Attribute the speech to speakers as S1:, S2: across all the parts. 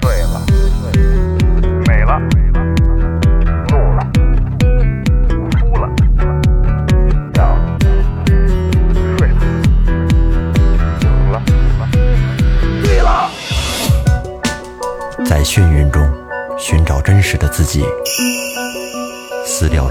S1: 醉了，美了，怒了，哭了，笑了，睡了，醒了，醉了。
S2: 在眩晕中寻找真实的自己，撕掉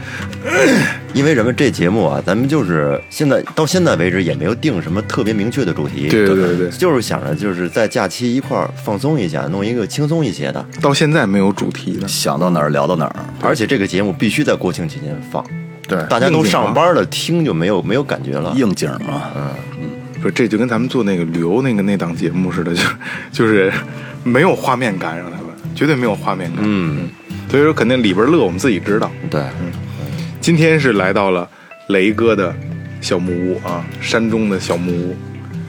S3: 因为咱们这节目啊，咱们就是现在到现在为止也没有定什么特别明确的主题，
S4: 对对对对
S3: 就是想着就是在假期一块儿放松一下，弄一个轻松一些的。
S4: 到现在没有主题呢。
S5: 想到哪儿聊到哪儿。
S3: 而且这个节目必须在国庆期间放，
S6: 对
S3: 大家都上班了，听就没有没有感觉了。
S5: 应景
S6: 嗯
S5: 嘛，
S4: 不是，这就跟咱们做那个旅游那个那档节目似的，就是 就是没有画面感，让他们绝对没有画面感。嗯，所以说肯定里边乐，我们自己知道。嗯
S3: 对，
S4: 今天是来到了雷哥的小木屋啊，山中的小木屋，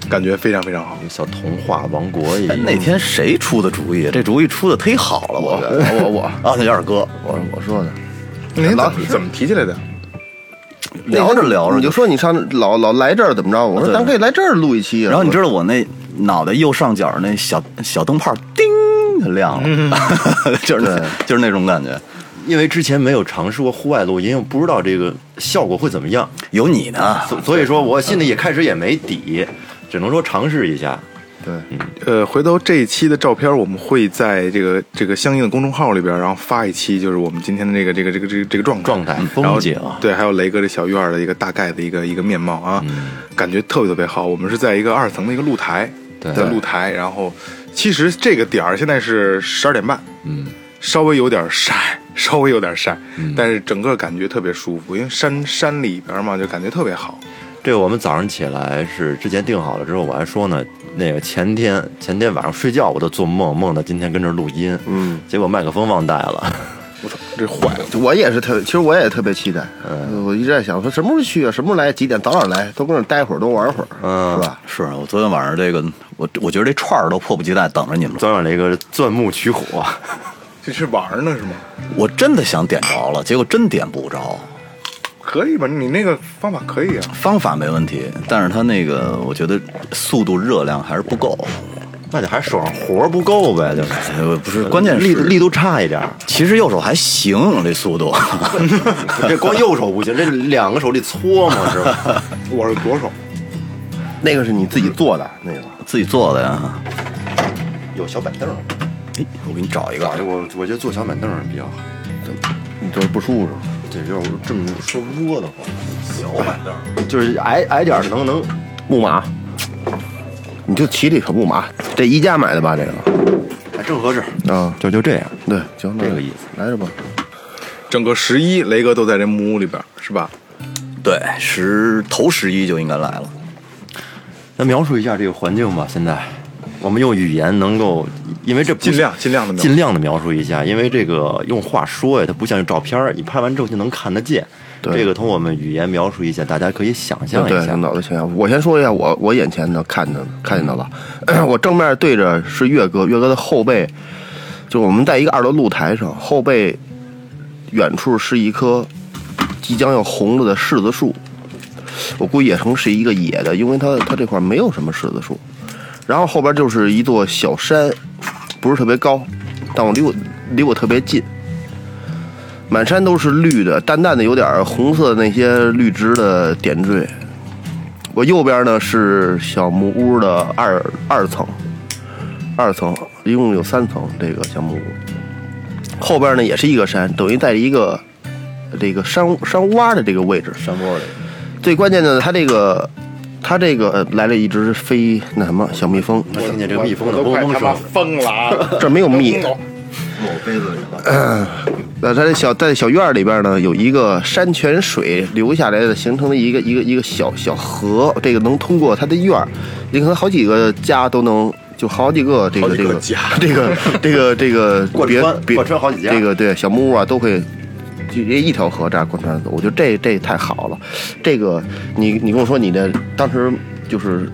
S4: 感觉非常非常好。
S3: 小童话王国一
S5: 哎，那天谁出的主意？这主意出的忒好了，我觉得。
S6: 我我
S5: 啊，那二哥，
S6: 我我说的，
S4: 那您怎么怎么提起来的？
S5: 聊着聊着
S6: 你就说你上老老来这儿怎么着？我说
S5: 对
S6: 咱可以来这儿录一期啊。
S5: 然后你知道我那脑袋右上角那小小灯泡叮就亮
S6: 嗯
S5: 了， 就是那就是那种感觉。
S3: 因为之前没有尝试过户外录音，不知道这个效果会怎么样，
S5: 有你呢，
S3: 所所以说我心里也开始也没底，只能说尝试一下。
S4: 呃，回头这一期的照片，我们会在这个这个相应的公众号里边，然后发一期，就是我们今天的这个这个这个这个这个状态
S3: 状态
S4: 嗯然后
S3: 风景
S4: 对，还有雷哥这小院儿的一个大概的一个一个面貌啊，感觉特别特别好。我们是在一个二层的一个露台，
S3: 对
S4: 在露台，然后其实这个点儿现在是十二点半，嗯，稍微有点晒，稍微有点晒，但是整个感觉特别舒服，因为山山里边嘛，就感觉特别好。
S3: 这个我们早上起来是之前定好了之后，我还说呢，那个前天前天晚上睡觉我都做梦，梦到今天跟这儿录音，嗯，结果麦克风忘带了，
S4: 我操，这坏了！
S6: 我也是特，其实我也特别期待。呃我一直在想，说什么时候去啊？什么时候来？几点？早点来，多跟那儿待会儿，多玩会儿，
S3: 嗯
S6: 是吧？
S5: 是我昨天晚上这个，我我觉得这串儿都迫不及待等着你们了。
S3: 昨晚那个钻木取火，
S4: 这是玩儿呢是吗？
S5: 我真的想点着了，结果真点不着。
S4: 可以吧？你那个方法可以啊。
S5: 方法没问题，但是它那个我觉得速度热量还是不够。
S3: 那就还手上活儿不够呗，就是
S5: 呃，不是，关键
S3: 力
S5: 是
S3: 力度差一点儿，
S5: 其实右手还行，这速度。
S3: 这光右手不行，这两个手得搓嘛是 吧？
S4: 我是左手，
S6: 那个是你自己做的那个。
S5: 自己做的呀。
S3: 有小板凳儿，
S5: 哎，我给你找一个
S3: 搞，得我我觉得坐小板凳儿比较好，
S6: 你就是不舒服是吧？
S3: 这要是这么说窝得慌，小板凳儿就是矮矮点儿能能
S6: 木马，你就骑这匹木马，这宜家买的吧？这个
S3: 哎正合适，
S6: 啊，
S3: 就就这样。
S6: 对，行，那
S3: 这个意思，
S6: 来着吧。
S4: 整个十一雷哥都在这木屋里边，是吧？
S5: 对，十头十一就应该来了。
S3: 咱描述一下这个环境吧。现在，我们用语言能够，因为这不
S4: 尽量尽量地描述
S3: 尽量的描述一下，因为这个用话说呀，它不像用照片儿，你拍完之后就能看得见。
S6: 对
S3: 这个通过我们语言描述一下，大家可以想象
S6: 对
S3: 一，下。
S6: 脑子想想，我先说一下我我眼前的看的看见的了、 我正面对着是岳哥，岳哥的后背，就我们在一个二楼露台上，后背远处是一棵即将要红了的柿子树，我估计也成是一个野的，因为它它这块没有什么柿子树，然后后边就是一座小山，不是特别高，但我离我离我特别近，满山都是绿的，淡淡的有点红色的那些绿植的点缀。我右边呢是小木屋的二二层，二层一共有三层，这个小木屋后边呢也是一个山，等于在一个这个山山洼的这个位置。
S3: 山窝里，
S6: 最关键的，它这个它这个呃来了一只飞那什么小蜜蜂，
S3: 我听见这个蜜蜂
S4: 我
S3: 的
S4: 都
S3: 嗡
S4: 快
S3: 嗡
S4: 他妈
S3: 声，
S4: 疯了啊！
S6: 这没有蜜。
S5: 我杯子里了。
S6: 那它这小在小院儿里边呢，有一个山泉水流下来的，形成的一个一个一个小小河，这个能通过它的院儿，你可能好几个家都能，就好几个这
S4: 好
S6: 个
S4: 几
S6: 这
S4: 个
S6: 个
S4: 家
S6: 这个这个这个
S3: 贯
S6: 别
S3: 穿
S6: 别
S3: 贯穿好几家
S6: 这个对小木屋啊都会。就这一条河这样贯穿走，我觉得这这太好了。这个你你跟我说你的当时就是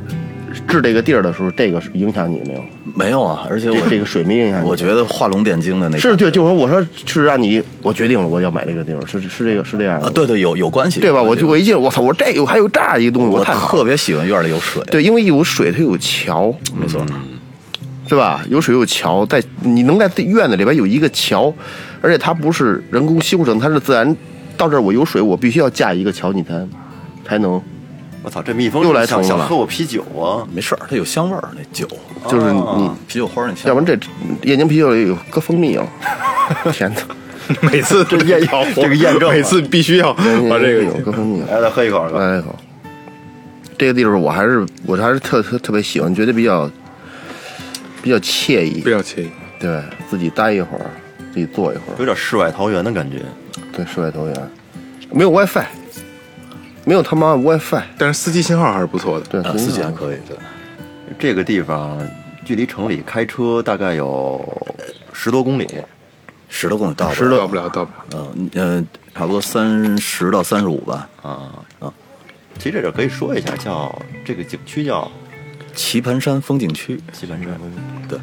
S6: 治这个地儿的时候，这个是影响你没有？
S5: 没有啊，而且我
S6: 这这个水没影响你？
S5: 我觉得画龙点睛的那个
S6: 是对，就是我说是让你，我决定了我要买这个地方，是是这个是这样的，
S5: 啊，对对，有有关系，
S6: 对吧？我
S5: 就
S6: 就我一进，我操，我这有还有这样一个东西，
S5: 我
S6: 太好
S5: 特
S6: 了。
S5: 别喜欢院里有水，
S6: 对，因为有水，它有桥，
S5: 没错，
S6: 对吧？有水有桥，在你能在这院子里边有一个桥，而且它不是人工修整，它是自然。到这儿我有水，我必须要架一个桥，你才才能，
S3: 我操，这蜜蜂
S6: 又来
S3: 想
S6: 头
S3: 想
S6: 了
S3: 喝我啤酒啊！
S5: 没事儿，它有香味儿，那酒，啊
S6: 就是
S5: 哦
S6: 你，
S5: 啤酒花儿那
S6: 要
S5: 香
S6: 不
S5: 味
S6: 然这燕京啤酒里有搁蜂蜜啊！ 天哪，
S4: 每次这
S3: 验这个验证啊
S4: 每次必须要把
S5: 哦
S4: 这
S6: 有
S4: 个
S6: 搁蜂蜜啊！
S3: 来，再哎喝一口，
S6: 来一口。这个地方我还是我还是特特特别喜欢，觉得比较比较惬意
S4: 不，要惬意。
S6: 对自己待一会儿，自己坐一会
S3: 有
S6: 儿，
S3: 点世外桃源的感觉。
S6: 对世外桃源，没有 WiFi，没有他妈 WiFi，
S4: 但是司机信号还是不错的。
S6: 对，
S5: 儿，啊，
S6: 很
S5: 四季还
S6: 好
S5: 可以，对，
S3: 这个地方距离城里开车大概有十多公里，
S5: 石头公里到不了
S4: 到不了，到不了。
S5: 嗯呃，差不多三十到三十五吧。
S3: 啊啊！其实这里可以说一下，叫这个景区叫
S5: 棋盘山风景区，
S3: 棋盘山，
S5: 对，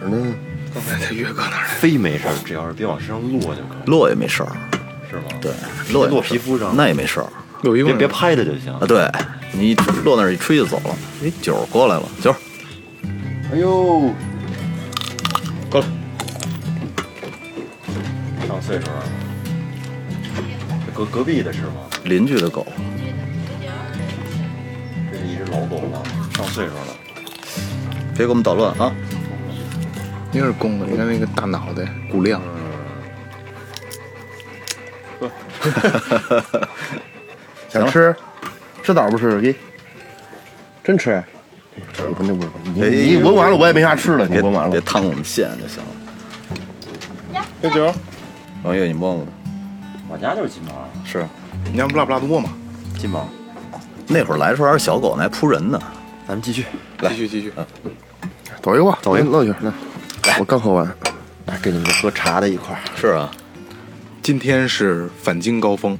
S6: 哪儿呢？
S4: 刚才在岳哥那儿呢，
S3: 非没事儿，只要是别往身上落就可以，
S5: 落也没事儿，
S3: 是吗？
S5: 对，，落也没
S3: 落
S5: 事儿
S3: 皮肤上
S5: 那也没事儿
S4: 有一
S3: 别
S4: 问
S3: 别拍它就行
S5: 啊。。对你一落那儿一吹就走了，哎，九儿过来了，九儿，
S3: 哎呦，
S4: 够了，
S3: 上岁数了，这隔隔壁的是吗？
S5: 邻居的狗，
S3: 这是一只老狗了，上岁数了。
S5: 别给我们捣乱啊！
S4: 那是公的，你看那个大脑袋骨量，
S6: 想吃，吃枣不吃？给，真吃？不那不是，你你闻完了我也没啥吃的，你
S5: 别
S6: 闻完
S5: 别
S6: 了。
S5: 趟我们线就行了。
S4: 小九，
S5: 王月，你摸摸它，
S3: 我家就是金毛，啊
S5: 是
S4: 你家不拉不拉多嘛？
S3: 金毛。
S5: 那会儿来的时候还是小狗呢，还扑人呢。
S3: 咱们继续，
S4: 继续继续，
S6: 走一个吧，嗯
S3: 走一个
S6: 弄一下来。我刚喝完，
S3: 来跟你们喝茶的一块儿。
S5: 是啊，
S4: 今天是返京高峰，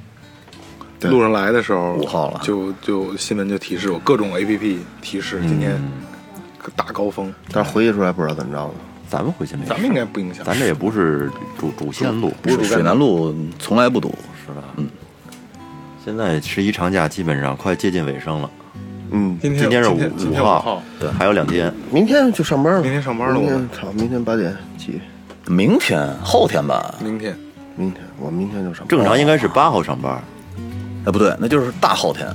S4: 路上来的时候
S5: 5号了
S4: 就就新闻就提示我各种 A P P 提示今天大高峰，
S6: 但是回去的时候还不知道怎么着呢。
S3: 咱们回去没事？
S4: 咱们应该不影响，
S3: 咱这也不是主主线路，
S4: 不是主干道
S5: 水南路从来不堵，
S3: 是吧？嗯。现在十一长假基本上快接近尾声了，
S6: 嗯，
S4: 今
S3: 今
S4: 天
S3: 是
S4: 今天今
S3: 五
S4: 天五
S3: 号，，对，还有两天。
S6: 明天就上班了，
S4: 明天上班了
S6: 明
S4: 我们
S6: 天操，明天八点起，
S5: 明天后天吧？
S4: 明天
S6: 明天我明天就上班。
S3: 正常应该是八号上班，
S5: 哎，不对，那就是大后天。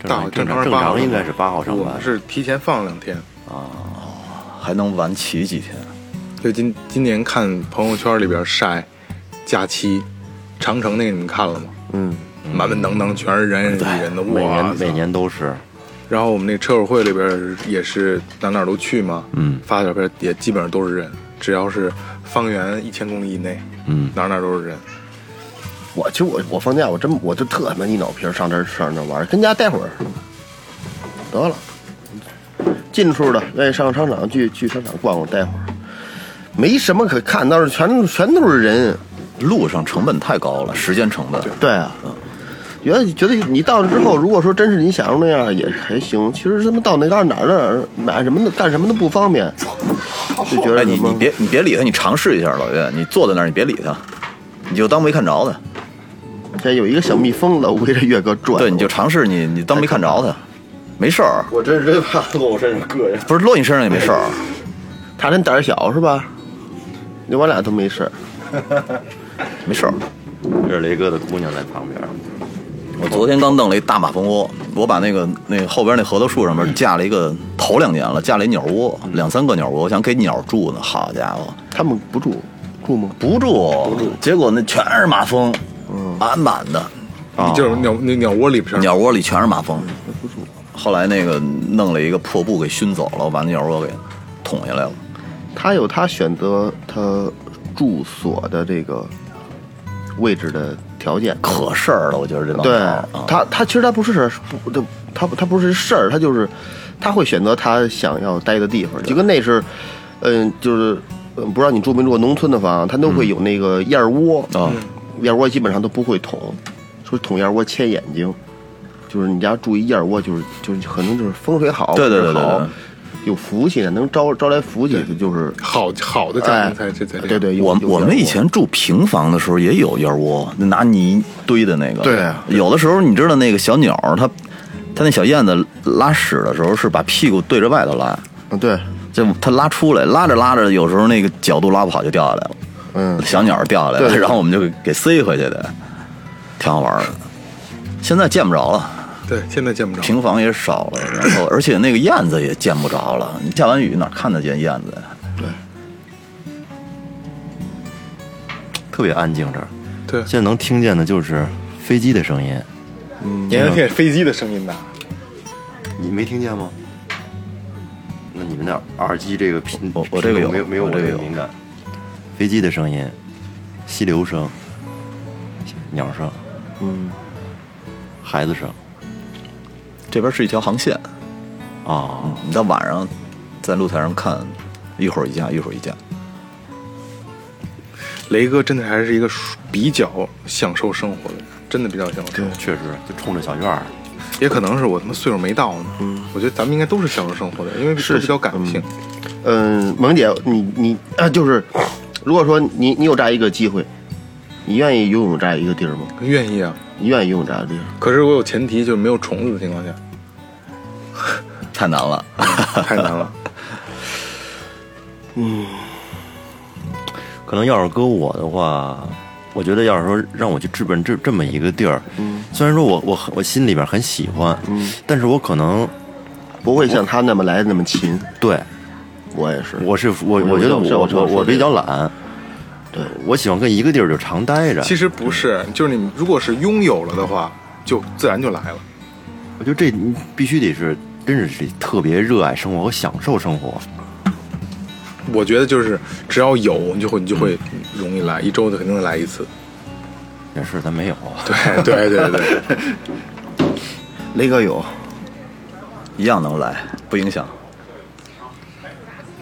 S3: 正
S4: 大
S3: 常
S4: 正
S3: 正
S4: 常
S3: 常
S4: 是
S3: 正
S4: 八号
S3: 常应该是八号上
S4: 我
S3: 班
S4: 们。是提前放两天。
S5: 还能晚起几天。
S4: 就今今年看朋友圈里边晒假期，长城那个你们看了吗？
S6: 嗯，
S4: 满满当当全是人人挤人的，
S3: 每
S4: 哇
S3: 年
S4: 塞！
S3: 每年都是，
S4: 然后我们那车友会里边也是哪哪儿都去嘛，
S3: 嗯
S4: 发的照片也基本上都是人，只要是方圆一千公里以内，
S3: 嗯，
S4: 哪哪都是人。
S6: 我其实我我放假我真我就特他妈一脑皮儿上这儿上这儿玩儿，跟家待会儿，得了，近处的愿意上商场去去商场逛逛待会儿，没什么可看，倒是全 全都是人，
S5: 路上成本太高了，时间成本。
S6: 对啊，觉得觉得你到了之后，如果说真是你想象那样也还行，其实他妈到那到哪儿哪儿买什么的干什么都不方便，就觉得
S5: 哎，你
S6: 什么
S5: 你别你别理他，你尝试一下，老岳，你坐在那儿，你别理他，你就当没看着他。
S6: 现在有一个小蜜蜂老围着岳哥转，
S5: 对，你就尝试你你当没看着他，没事儿，
S3: 我真是真怕落我身上膈应。
S5: 不是落你身上也没事儿。
S6: 他真胆儿小是吧？那我俩都没事儿。
S5: 没事儿。
S3: 这是雷哥的姑娘在旁边，
S5: 我昨天刚弄了一大马蜂窝，我把那个那后边那核桃树上面架了一个，头两年了架了一鸟窝，两三个鸟窝，我想给鸟住呢。好家伙，
S6: 他们不住住吗？
S5: 不住，不住，结果那全是马蜂，满满的，
S4: 你就是鸟那鸟窝里边，
S5: 鸟窝里全是马蜂。后来那个弄了一个破布给熏走了，我把那鸟窝给捅下来了。
S6: 他有他选择他住所的这个位置的条件。
S5: 可事儿了，我觉得这帮
S6: 对
S5: 鸟啊
S6: 他，他其实他不是不，他他不他不是事儿，他就是他会选择他想要待的地方，就跟那是，嗯，就是嗯，不知道你住没住过农村的房，它都会有那个燕窝
S5: 嗯
S6: 嗯
S5: 啊，
S6: 燕窝基本上都不会捅，说捅燕窝切眼睛，就是你家住一燕窝，就是就是可能就是风水好，
S5: 对对
S6: 或
S5: 对
S6: 者
S5: 对
S6: 好
S5: 对，
S6: 有福气，能招招来福气，就是
S4: 好好的家
S6: 哎
S4: 庭才才才这
S6: 对
S4: 样。
S6: 对，有
S5: 我
S6: 有
S5: 我
S6: 燕窝
S5: 们以前住平房的时候也有燕窝，拿泥堆的那个。
S6: 对啊
S5: 有的时候你知道那个小鸟儿，它它那小燕子拉屎的时候是把屁股对着外头拉，
S6: 嗯对，
S5: 这它拉出来，拉着拉着，有时候那个角度拉不好就掉下来了，
S6: 嗯
S5: 小鸟儿掉下来了，
S6: 对
S5: 然后我们就给给塞回去的，挺好玩儿的。现在见不着了，
S4: 对，现在见不着。
S5: 平房也少了，然后而且那个燕子也见不着了。你下完雨哪看得见燕子呀？
S3: 特别安静这儿。
S4: 对，
S3: 现在能听见的就是飞机的声音，
S4: 你还能听见飞机的声音呢。
S3: 你没听见吗？那你们那耳机这个频，
S5: 我我这个有
S3: 频率没有
S5: 我
S3: 没
S5: 这
S3: 有我
S5: 个有
S3: 敏感。飞机的声音，溪流声，鸟声，嗯，孩子声
S5: 这边是一条航线，
S3: 啊，
S5: 你到晚上在露台上看，一会儿一架，一会儿一架。
S4: 雷哥真的还是一个比较享受生活的人，真的比较享受生活。
S3: 确实就冲着小院儿。
S4: 也可能是我他妈岁数没到呢。我觉得咱们应该都是享受生活的，因为都比较感性。
S6: 嗯，萌姐，你你啊，就是如果说你你有这样一个机会，你愿意拥有这样一个地儿吗？
S4: 愿意啊，
S6: 你愿意拥有这样的地儿？
S4: 可是我有前提，就是没有虫子的情况下，
S5: 太难了，
S4: 太难 了。
S3: 可能要是搁我的话，我觉得要是说让我去治本这这么一个地儿，虽然说我我很我心里边很喜欢，但是我可能
S6: 不会像他那么来的那么勤。
S3: 对
S6: 我也是，
S3: 我是我
S6: 我
S3: 我觉得
S6: 知道
S3: 我
S6: 我知道
S3: 我
S6: 说
S3: 我
S6: 这
S3: 比
S6: 个
S3: 较懒，
S6: 对
S3: 我喜欢跟一个地儿就常待着。
S4: 其实不是，
S6: 嗯
S4: 就是你如果是拥有了的话，就自然就来了。
S3: 我觉得这你必须得是，真是得特别热爱生活和享受生活。
S4: 我觉得就是只要有，你就会你就会
S6: 嗯
S4: 容易来，一周肯定能来一次。
S3: 也是，咱没有。
S4: 对对对对，
S5: 雷哥有，一样能来，不影响。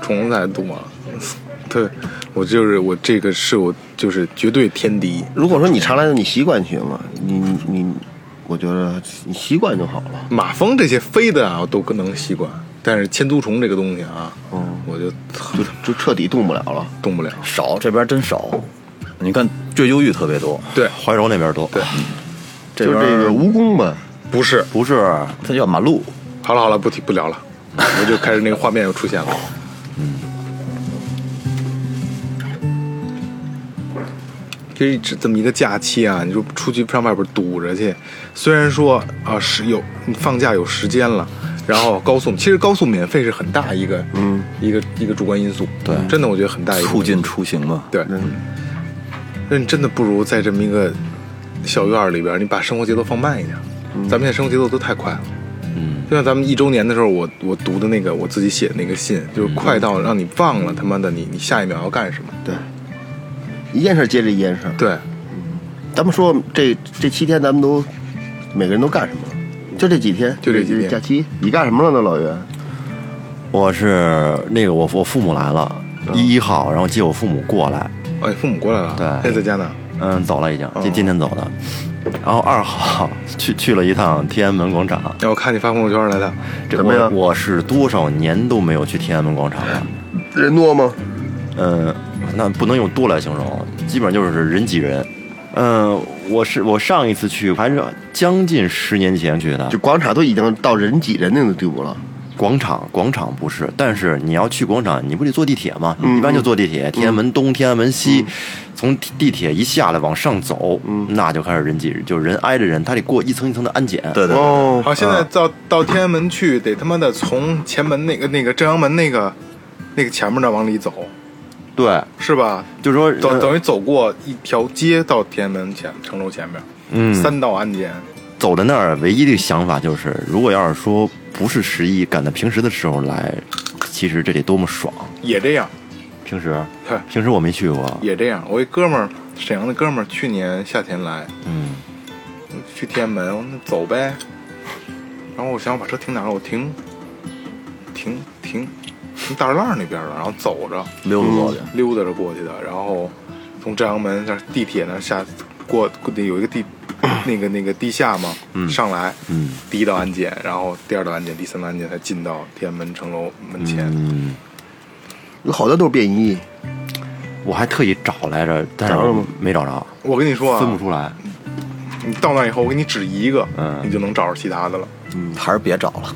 S4: 虫子太多了。 对，我就是我这个是我就是绝对天敌。
S6: 如果说你常来的，你习惯去了，你你你，我觉得你习惯就好了。
S4: 马蜂这些飞的啊，我都能习惯，但是千足虫这个东西啊，
S6: 嗯
S4: 我就操
S6: 就就彻底动不了了，
S4: 动不了。
S5: 少这边真少，你看追究欲特别多，
S4: 对，
S3: 怀柔那边多。对，
S6: 就这个蜈蚣吧，
S4: 不是。
S3: 不是
S5: 它叫马路，
S4: 好了好了，不提不聊了，我就开始那个画面又出现了。嗯这这这么一个假期啊，你就出去上外边堵着去。虽然说啊是有你放假有时间了，然后高速其实高速免费是很大一个嗯一个一个主观因素，对，真的我觉得很大一个
S5: 促进出行嘛。
S4: 对。那你真的不如在这么一个小院儿里边儿，你把生活节奏放慢一点儿。咱们现在生活节奏都太快了。嗯，就像咱们一周年的时候，我我读的那个我自己写的那个信，就是快到让你忘了他妈的你你下一秒要干什么。
S6: 对，一件事接着一件事。
S4: 对，
S6: 咱们说这这七天，咱们都每个人都干什么了？就这几天，
S4: 就这几天
S6: 假期，你干什么了呢，老袁？
S3: 我是那个我我父母来了，一一号，然后接我父母过来，
S4: 哎，父母过来了，
S3: 对
S4: 现在在家呢。
S3: 嗯，走了已经，今今天走的。然后二号去去了一趟天安门广场，
S4: 哎，我看你发朋友圈来的，
S3: 这
S6: 怎么
S3: 我
S6: 样
S3: 我是多少年都没有去天安门广场了。
S6: 人多吗？
S3: 嗯，那不能用多来形容，基本上就是人挤人。嗯，我是我上一次去还是将近十年前去的，
S6: 就广场都已经到人挤人那种地步了。
S3: 广场，广场不是，但是你要去广场，你不得坐地铁吗？一般就坐地铁，天安门东、天安门西，从地铁一下来往上走，那就开始人挤，就人挨着人，他得过一层一层的安检。
S5: 对对对，
S6: 哦，
S4: 好，现在到到天安门去，得他妈的从前门那个那个正阳门那个那个前面那往里走，
S3: 对，
S4: 是吧？
S3: 就说呃
S4: 走等于走过一条街到天安门前城楼前面，
S3: 嗯
S4: 三道安检，
S3: 走到那儿，唯一的想法就是，如果要是说不是十一赶在平时的时候来，其实这得多么爽！
S4: 也这样，
S3: 平时
S4: 对，
S3: 平时我没去过，
S4: 也这样。我一哥们儿，沈阳的哥们儿，去年夏天来
S3: 嗯，
S4: 去天安门，我说那走呗。然后我想我把车停哪儿了？我停，停停停大栅栏那边了，然后走着。
S5: 溜达过去。
S4: 溜达着过去的，然后从正阳门那儿地铁那儿下过，有一个地那个那个地下嘛，上来，
S3: 嗯，
S4: 第一道安检，然后第二道安检，第三道安检才进到天安门城楼门前。
S3: 嗯，
S6: 有好多都是便衣，
S3: 我还特意找来着，但是
S6: 找着了吗
S3: 没找着，
S4: 我跟你说
S3: 分不
S4: 啊，
S3: 出来。
S4: 你到那以后，我给你指一个，
S3: 嗯
S4: 你就能找着其他的了。
S5: 还是别找了，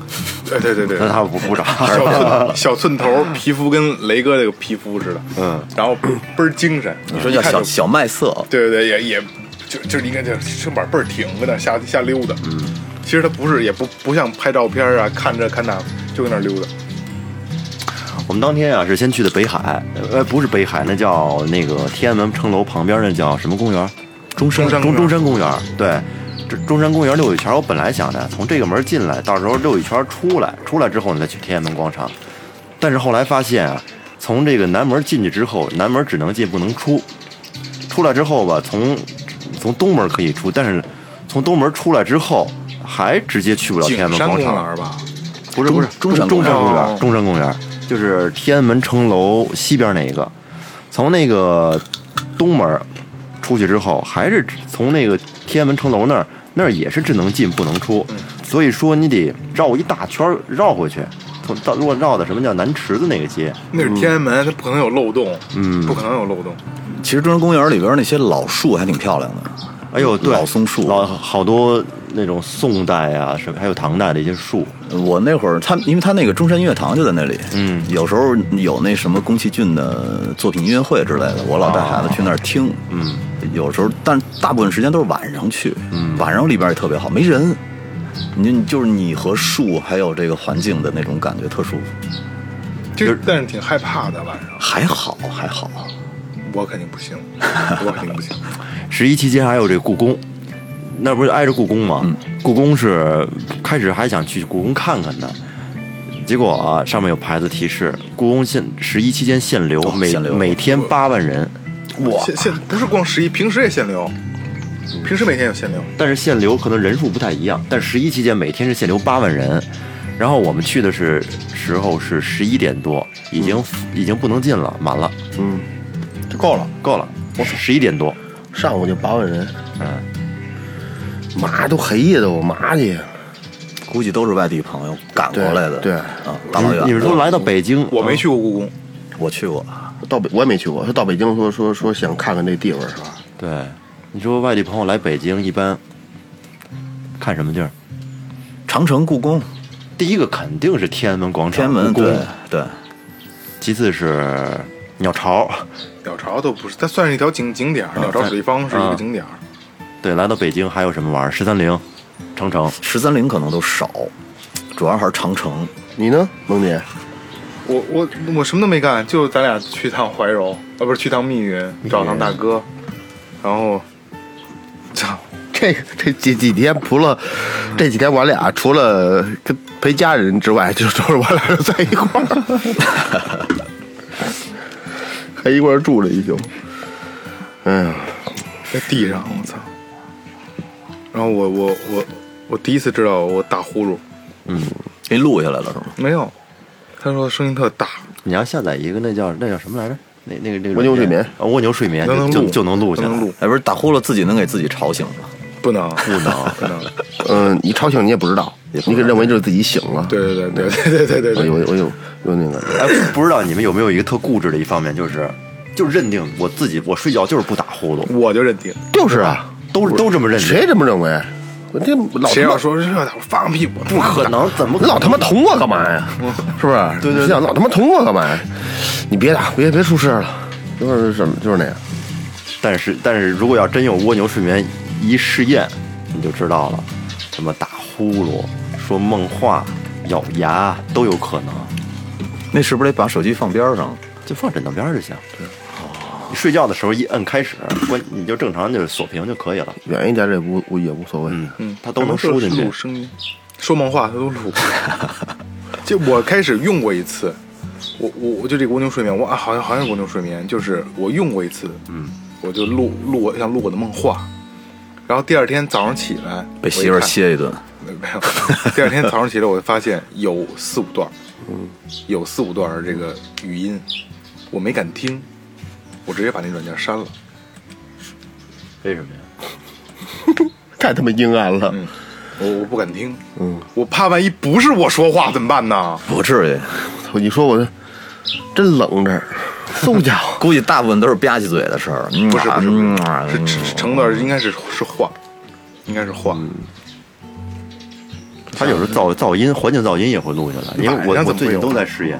S4: 哎，对对对，
S3: 那他不不找，
S4: 小寸 小寸头，皮肤跟雷哥这个皮肤似的，
S3: 嗯，
S4: 然后倍儿精神。嗯你
S5: 你说叫小小麦色，
S4: 对对对，也也就就是应该就是身板倍儿挺搁那瞎瞎溜达。嗯，其实他不是，也不不像拍照片啊，看这看那，就搁那溜达。
S3: 我们当天啊是先去的北海，呃，不是北海，那叫那个天安门城楼旁边那叫什么公园？中山
S4: 中山
S3: 中
S4: 公园
S3: 中山公园。对，这中山公园溜一圈。我本来想着从这个门进来，到时候溜一圈出来，出来之后你再去天安门广场。但是后来发现啊，从这个南门进去之后，南门只能进不能出。出来之后吧，从从东门可以出，但是从东门出来之后，还直接去不了
S4: 景
S3: 天安门
S4: 山
S3: 广
S4: 公
S3: 场。
S4: 园吧，
S3: 不是不是
S5: 中山
S3: 中
S5: 公
S3: 山
S5: 园
S3: 公
S4: 哦
S3: 园，中山公园就是天安门城楼西边那一个，从那个东门出去之后，还是从那个天安门城楼那儿，那儿也是只能进不能出，
S5: 嗯
S3: 所以说你得绕一大圈儿绕回去，从到如果绕到什么叫南池子那个街，
S4: 那是天安门，它不可能有漏洞，嗯，不可能有漏洞。
S5: 其实中山公园里边那些老树还挺漂亮的，
S3: 哎呦，对，
S5: 老松树
S3: 老好多那种宋代啊，什么还有唐代的一些树，
S5: 我那会儿他，因为他那个中山音乐堂就在那里，嗯，有时候有那什么宫崎骏的作品音乐会之类的，我老带孩子去那儿听，嗯，有时候，但大部分时间都是晚上去，嗯，晚上里边也特别好，没人，你你就是你和树还有这个环境的那种感觉特舒服，
S4: 就是但是挺害怕的晚上，
S5: 还好还好，
S4: 我肯定不行，我肯定不行。
S3: 十一期间还有这故宫，那不是挨着故宫吗？
S5: 嗯
S3: 故宫是开始还想去故宫看看呢，结果啊上面有牌子提示，故宫限十一期间限流，
S5: 哦
S3: 每
S5: 限流
S3: 每天八万人，哇！
S4: 现现不是光十一，平时也限流，平时每天有限流。
S3: 但是限流可能人数不太一样，但十一期间每天是限流八万人。然后我们去的是时候是十一点多，已经、
S5: 嗯
S3: 已经不能进了，满了，
S6: 就够了。
S3: 够了，十一点多，
S6: 上午就八万人，嗯，嘛都黑夜都嘛去，
S5: 估计都是外地朋友赶过
S6: 对
S5: 来的，
S6: 对
S5: 啊，大老远的，
S3: 你们都来到北京，嗯
S4: 我没去过故宫，
S5: 我去过，
S6: 到北我也没去过，说到北京说说说想看看这地方是吧？
S3: 对，你说外地朋友来北京一般看什么地儿？
S5: 长城、故宫、
S3: 第一个肯定是天安门广场、
S5: 天安门，
S3: 故宫
S5: 对对，
S3: 其次是鸟巢。
S4: 鸟巢都不是，它算是一条景景点儿，鸟巢水立方是一个
S3: 啊
S4: 景点儿。
S3: 对，来到北京还有什么玩儿？十三陵、长城。
S5: 十三陵可能都少，主要还是长城。
S6: 你呢，萌姐？
S4: 我我我什么都没干，就咱俩去趟怀柔，啊，不是去趟密云，找趟大哥，然后，操，
S6: 这这几几天除了这几天我俩除了跟陪家人之外，就都是我俩在一块儿， 还一块儿住了一宿。哎呀，
S4: 在地上，我操！然后我我我我第一次知道我打呼噜，
S5: 给你录下来了是吗？
S4: 没有，他说声音特大，
S3: 你要下载一个那叫那叫什么来着？那那个那个
S6: 蜗牛睡
S3: 软件
S6: 眠
S3: 啊蜗牛睡眠
S4: 能能
S3: 就就
S4: 录
S3: 就能录下来。
S4: 能录，
S5: 哎，不是打呼噜自己能给自己吵醒吗？
S4: 不能不能不能，
S6: 嗯、你吵醒你也不知道，你可认为就是自己醒了。
S4: 对对对对对对对
S6: 哎
S4: 对
S6: 呦，我有我有有那个，
S3: 哎，不知道你们有没有一个特固执的一方面，就是就认定我自己我睡觉就是不打呼噜，
S4: 我就认定，
S6: 就是啊，
S3: 都都这么认定。
S6: 谁这么认为？我这老
S4: 谁
S6: 他妈
S4: 要说这我放屁，我
S6: 不可能，怎么老他妈捅我干嘛 呀？是不是？对对，想老他妈捅我干嘛呀？你别打，别别出事了，就是什么，就是那样。
S3: 但是但是如果要真有蜗牛睡眠一试验，你就知道了，什么打呼噜、说梦话、咬牙都有可能，
S5: 那是不是得把手机放边儿上？
S3: 就放枕头边儿就行。对，你睡觉的时候一摁开始，关你就正常就是锁屏就可以了。
S6: 远一点这无无也无所谓。
S3: 嗯，它都能收进去
S4: 录。声音，说梦话他都录。就我开始用过一次，我我我就这个蜗牛睡眠，我啊好像好像是蜗牛睡眠，就是我用过一次，嗯，我就录录我想录我的梦话，然后第二天早上起来
S5: 被媳妇
S4: 我一
S5: 儿
S4: 看
S5: 歇一顿，
S4: 没没有。第二天早上起来，我就发现有四五段，嗯，有四五段儿这个语音，我没敢听，我直接把那软件删了。
S3: 为什么呀？
S6: 太他妈阴暗了，
S4: 嗯，我我不敢听，嗯，我怕万一不是我说话怎么办呢？
S5: 不至于，
S6: 操你说我这真冷这儿，嗖家伙，
S5: 估计大部分都是吧唧嘴的事儿。
S4: 不是不是
S5: 嗯
S4: 不
S5: 啊
S4: 是，是是成段应该是是话，应该是话。
S3: 它有时候噪噪音、环境噪音也会录下来，因为
S4: 晚上
S3: 我我
S4: 怎么
S3: 最
S4: 会有
S3: 近都在试验。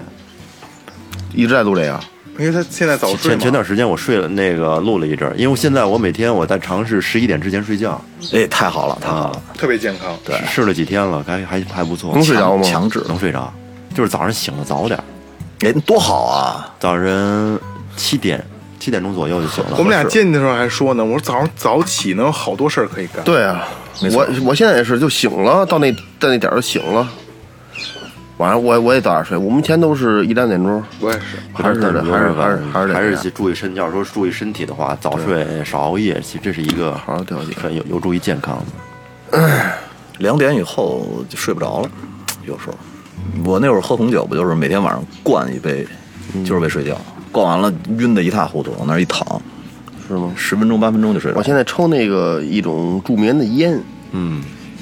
S6: 一直在录这个。
S4: 因为他现在早睡
S3: 前
S4: 嘛，
S3: 前段时间我睡了那个录了一阵儿，因为现在我每天我在尝试十一点之前睡觉
S5: 哎，太好了，太好
S3: 啊
S5: 了，，
S4: 特别健康。
S3: 试试了几天了，还还还不错，
S6: 能睡着吗
S5: 强制，
S3: 能睡着，就是早上醒的早点儿，
S5: 哎，多好啊！
S3: 早晨七点七点钟左右就醒了。
S4: 我们俩
S3: 是
S4: 见你的时候还说呢，我说早上早起能有好多事儿可以干。
S6: 对啊，我我现在也是，就醒了，到那到那点儿就醒了。晚上我我也早点睡，我们以前都是一两点钟，
S4: 我也是，
S6: 还是
S3: 但
S6: 得
S3: 有
S6: 还是
S3: 时候
S6: 还是还是得
S3: 还
S6: 这
S3: 是
S6: 样
S3: 去注意身，要是说注意身体的话，早睡少熬夜，其实这是一个
S6: 好好调节
S3: 很有有助于健康的。
S5: 两点以后就睡不着了，有时候我那会儿喝红酒不就是每天晚上灌一杯，就是为睡觉，灌完了晕的一塌糊涂，往那儿一躺，
S6: 是吗？
S5: 十分钟八分钟就睡着
S6: 我
S5: 了。
S6: 现在抽那个一种助眠的烟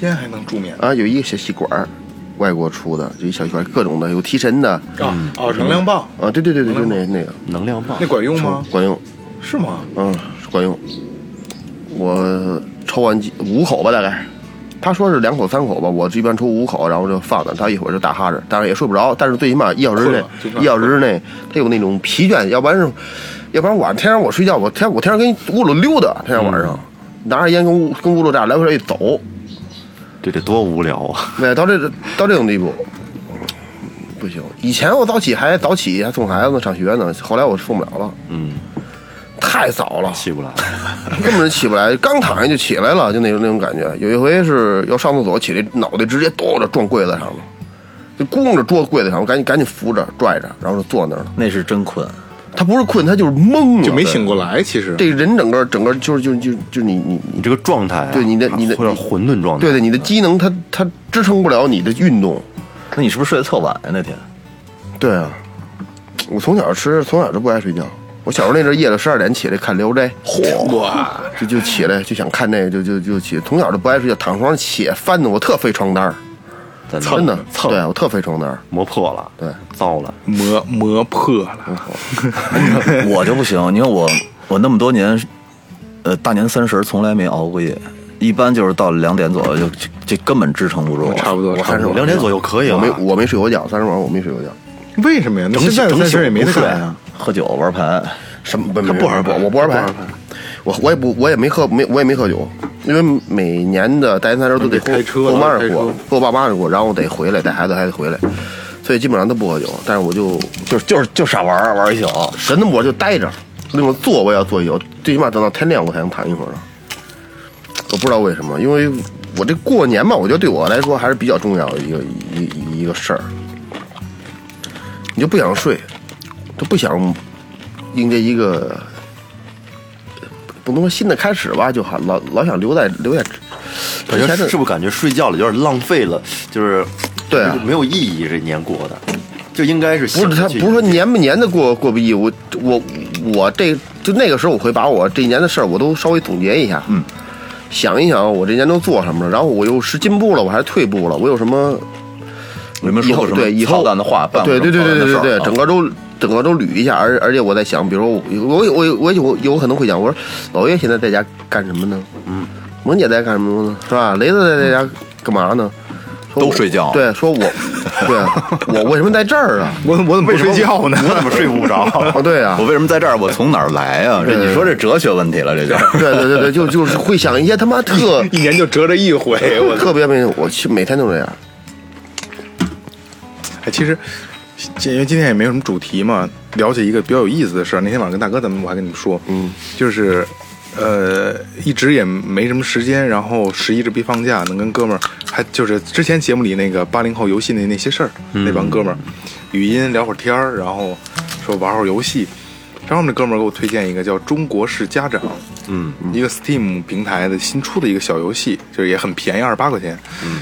S4: 烟还能助眠
S6: 啊，有一个小吸管儿，外国出的，就一小吸管儿，各种的，有提神的
S4: 啊哦，能量棒
S6: 啊，对对对对，就那那个
S3: 能量棒
S4: 那，管用吗？
S6: 管用，
S4: 是吗？
S6: 嗯，管用。我抽完几五口吧，大概。他说是两口三口吧，我一般抽五口，然后就放那，他一会儿就打哈欠，但是也睡不着，但是最起码一小时
S4: 困
S6: 内
S4: 了就，是
S6: 一小时内他有那种疲倦，要不然是，要不然晚天上我睡觉，我天我天天跟屋里溜达，天天晚上、
S4: 嗯
S6: 拿着烟跟屋跟屋里这样来回这一走，
S3: 这得多无聊啊！
S6: 对，到这到这种地步，不行。以前我早起还早起，还送孩子呢，上学呢。后来我送不了了，
S3: 嗯，
S6: 太早了，
S3: 起不来，
S6: 根本就起不来，刚躺下就起来了，就那种那种感觉。有一回是要上厕所，起来脑袋直接哆着撞柜子上了，就弓着桌柜子上，我赶紧赶紧扶着拽着，然后就坐那儿了。
S5: 那是真困，
S6: 他不是困，他就是懵了，
S4: 就没醒过来，其实
S6: 对。这人整个整个就是就就就你你
S3: 你
S6: 你，
S3: 这个状态啊，
S6: 对你的你的
S3: 有点混沌状态，
S6: 对对，你的机能它它支撑不了你的运动。
S5: 那你是不是睡得特晚呀、那天
S6: 对啊，我从小吃，从小就不爱睡觉。我小时候那阵儿夜里十二点起来看《聊斋》，
S4: 哇，
S6: 就就起来就想看那个，就就就起。从小就不爱睡觉，躺床上血翻的，我特费床单儿，
S3: 咱
S6: 真的，
S3: 蹭
S6: 对我特费床单儿。
S3: 磨破了，
S6: 对，
S3: 糟了，
S4: 磨磨破了，
S5: 我就不行，你看我我那么多年，呃，大年三十儿从来没熬过夜，一般就是到两点左右就就就根本支撑不住了。
S4: 差不多，差不多。
S3: 两点左右可以了。
S6: 我没我没睡过觉，三十晚上我没睡过觉。
S4: 为什么呀？那现在的三十也没得干啊。
S5: 喝酒玩盘，
S6: 什么不
S4: 他不玩
S6: 不
S4: 牌
S6: 我不玩牌，我我也不我也没喝没我也没喝酒，因为每年的大年三十都得
S4: 你得开车
S6: 和我妈
S4: 开
S6: 那
S4: 车
S6: 过，和我爸妈那过，然后我得回来带孩子还得回来，所以基本上都不喝酒，但是我就
S5: 就是就是就傻玩儿玩一宿。
S6: 神的我就待着，那种坐我也要坐一宿，最起码等到天亮我才能躺一会儿呢。我不知道为什么，因为我这过年嘛，我觉得对我来说还是比较重要的一个一一一个事儿。你就不想睡，就不想迎接一个不能说新的开始吧，就好老老想留在留在
S3: 感
S6: 之
S3: 觉
S6: 前的
S3: 是不是感觉睡觉了有点浪费了，就是
S6: 对啊
S3: 没有意义这年过的，就应该是
S6: 不是他，
S3: 去
S6: 不是说年不年的过过不易，我我我这就那个时候，我会把我这一年的事儿，我都稍微总结一下，嗯，想一想我这一年都做什么了，然后我又是进步了，我还是退步了，我有什么
S5: 你们
S6: 以
S5: 说
S6: 后
S5: 过什么
S6: 对以
S5: 操
S6: 后
S5: 蛋的话，办过
S6: 对
S5: 什
S6: 对
S5: 么操蛋
S6: 对对
S5: 的
S6: 对
S5: 事
S6: 对
S5: 儿
S6: 对，
S5: 啊
S6: 整个都整个都捋一下，而而且我在想，比如我我我我我有可能会想，我说老岳现在在家干什么呢？嗯，萌姐在干什么呢？是吧？雷子
S4: 嗯
S6: 在家干嘛呢？说我
S5: 都睡觉
S6: 对， 说我，对，我为什么在这儿啊？
S4: 我我怎么不睡觉呢？
S3: 我怎么睡不着？
S6: 哦，对啊
S5: 我，为什么在这儿？我从哪儿来啊？这你说这哲学问题了，这就
S6: 对对对对，就就是会想一些他 妈特
S4: 一年就折这一回，我
S6: 特别没，我去每天都这样。
S4: 哎，其实今因为今天也没有什么主题嘛，聊起一个比较有意思的事儿。那天晚上跟大哥咱们我还跟你们说，嗯，就是呃一直也没什么时间，然后十一这逼放假，能跟哥们儿还就是之前节目里那个八零后游戏那那些事儿，那帮哥们儿语音聊会儿天儿，然后说玩会儿游戏。然后我们这哥们儿给我推荐一个叫《中国式家长》，嗯，一个 Steam 平台的新出的一个小游戏，就是也很便宜，二十八块钱。嗯，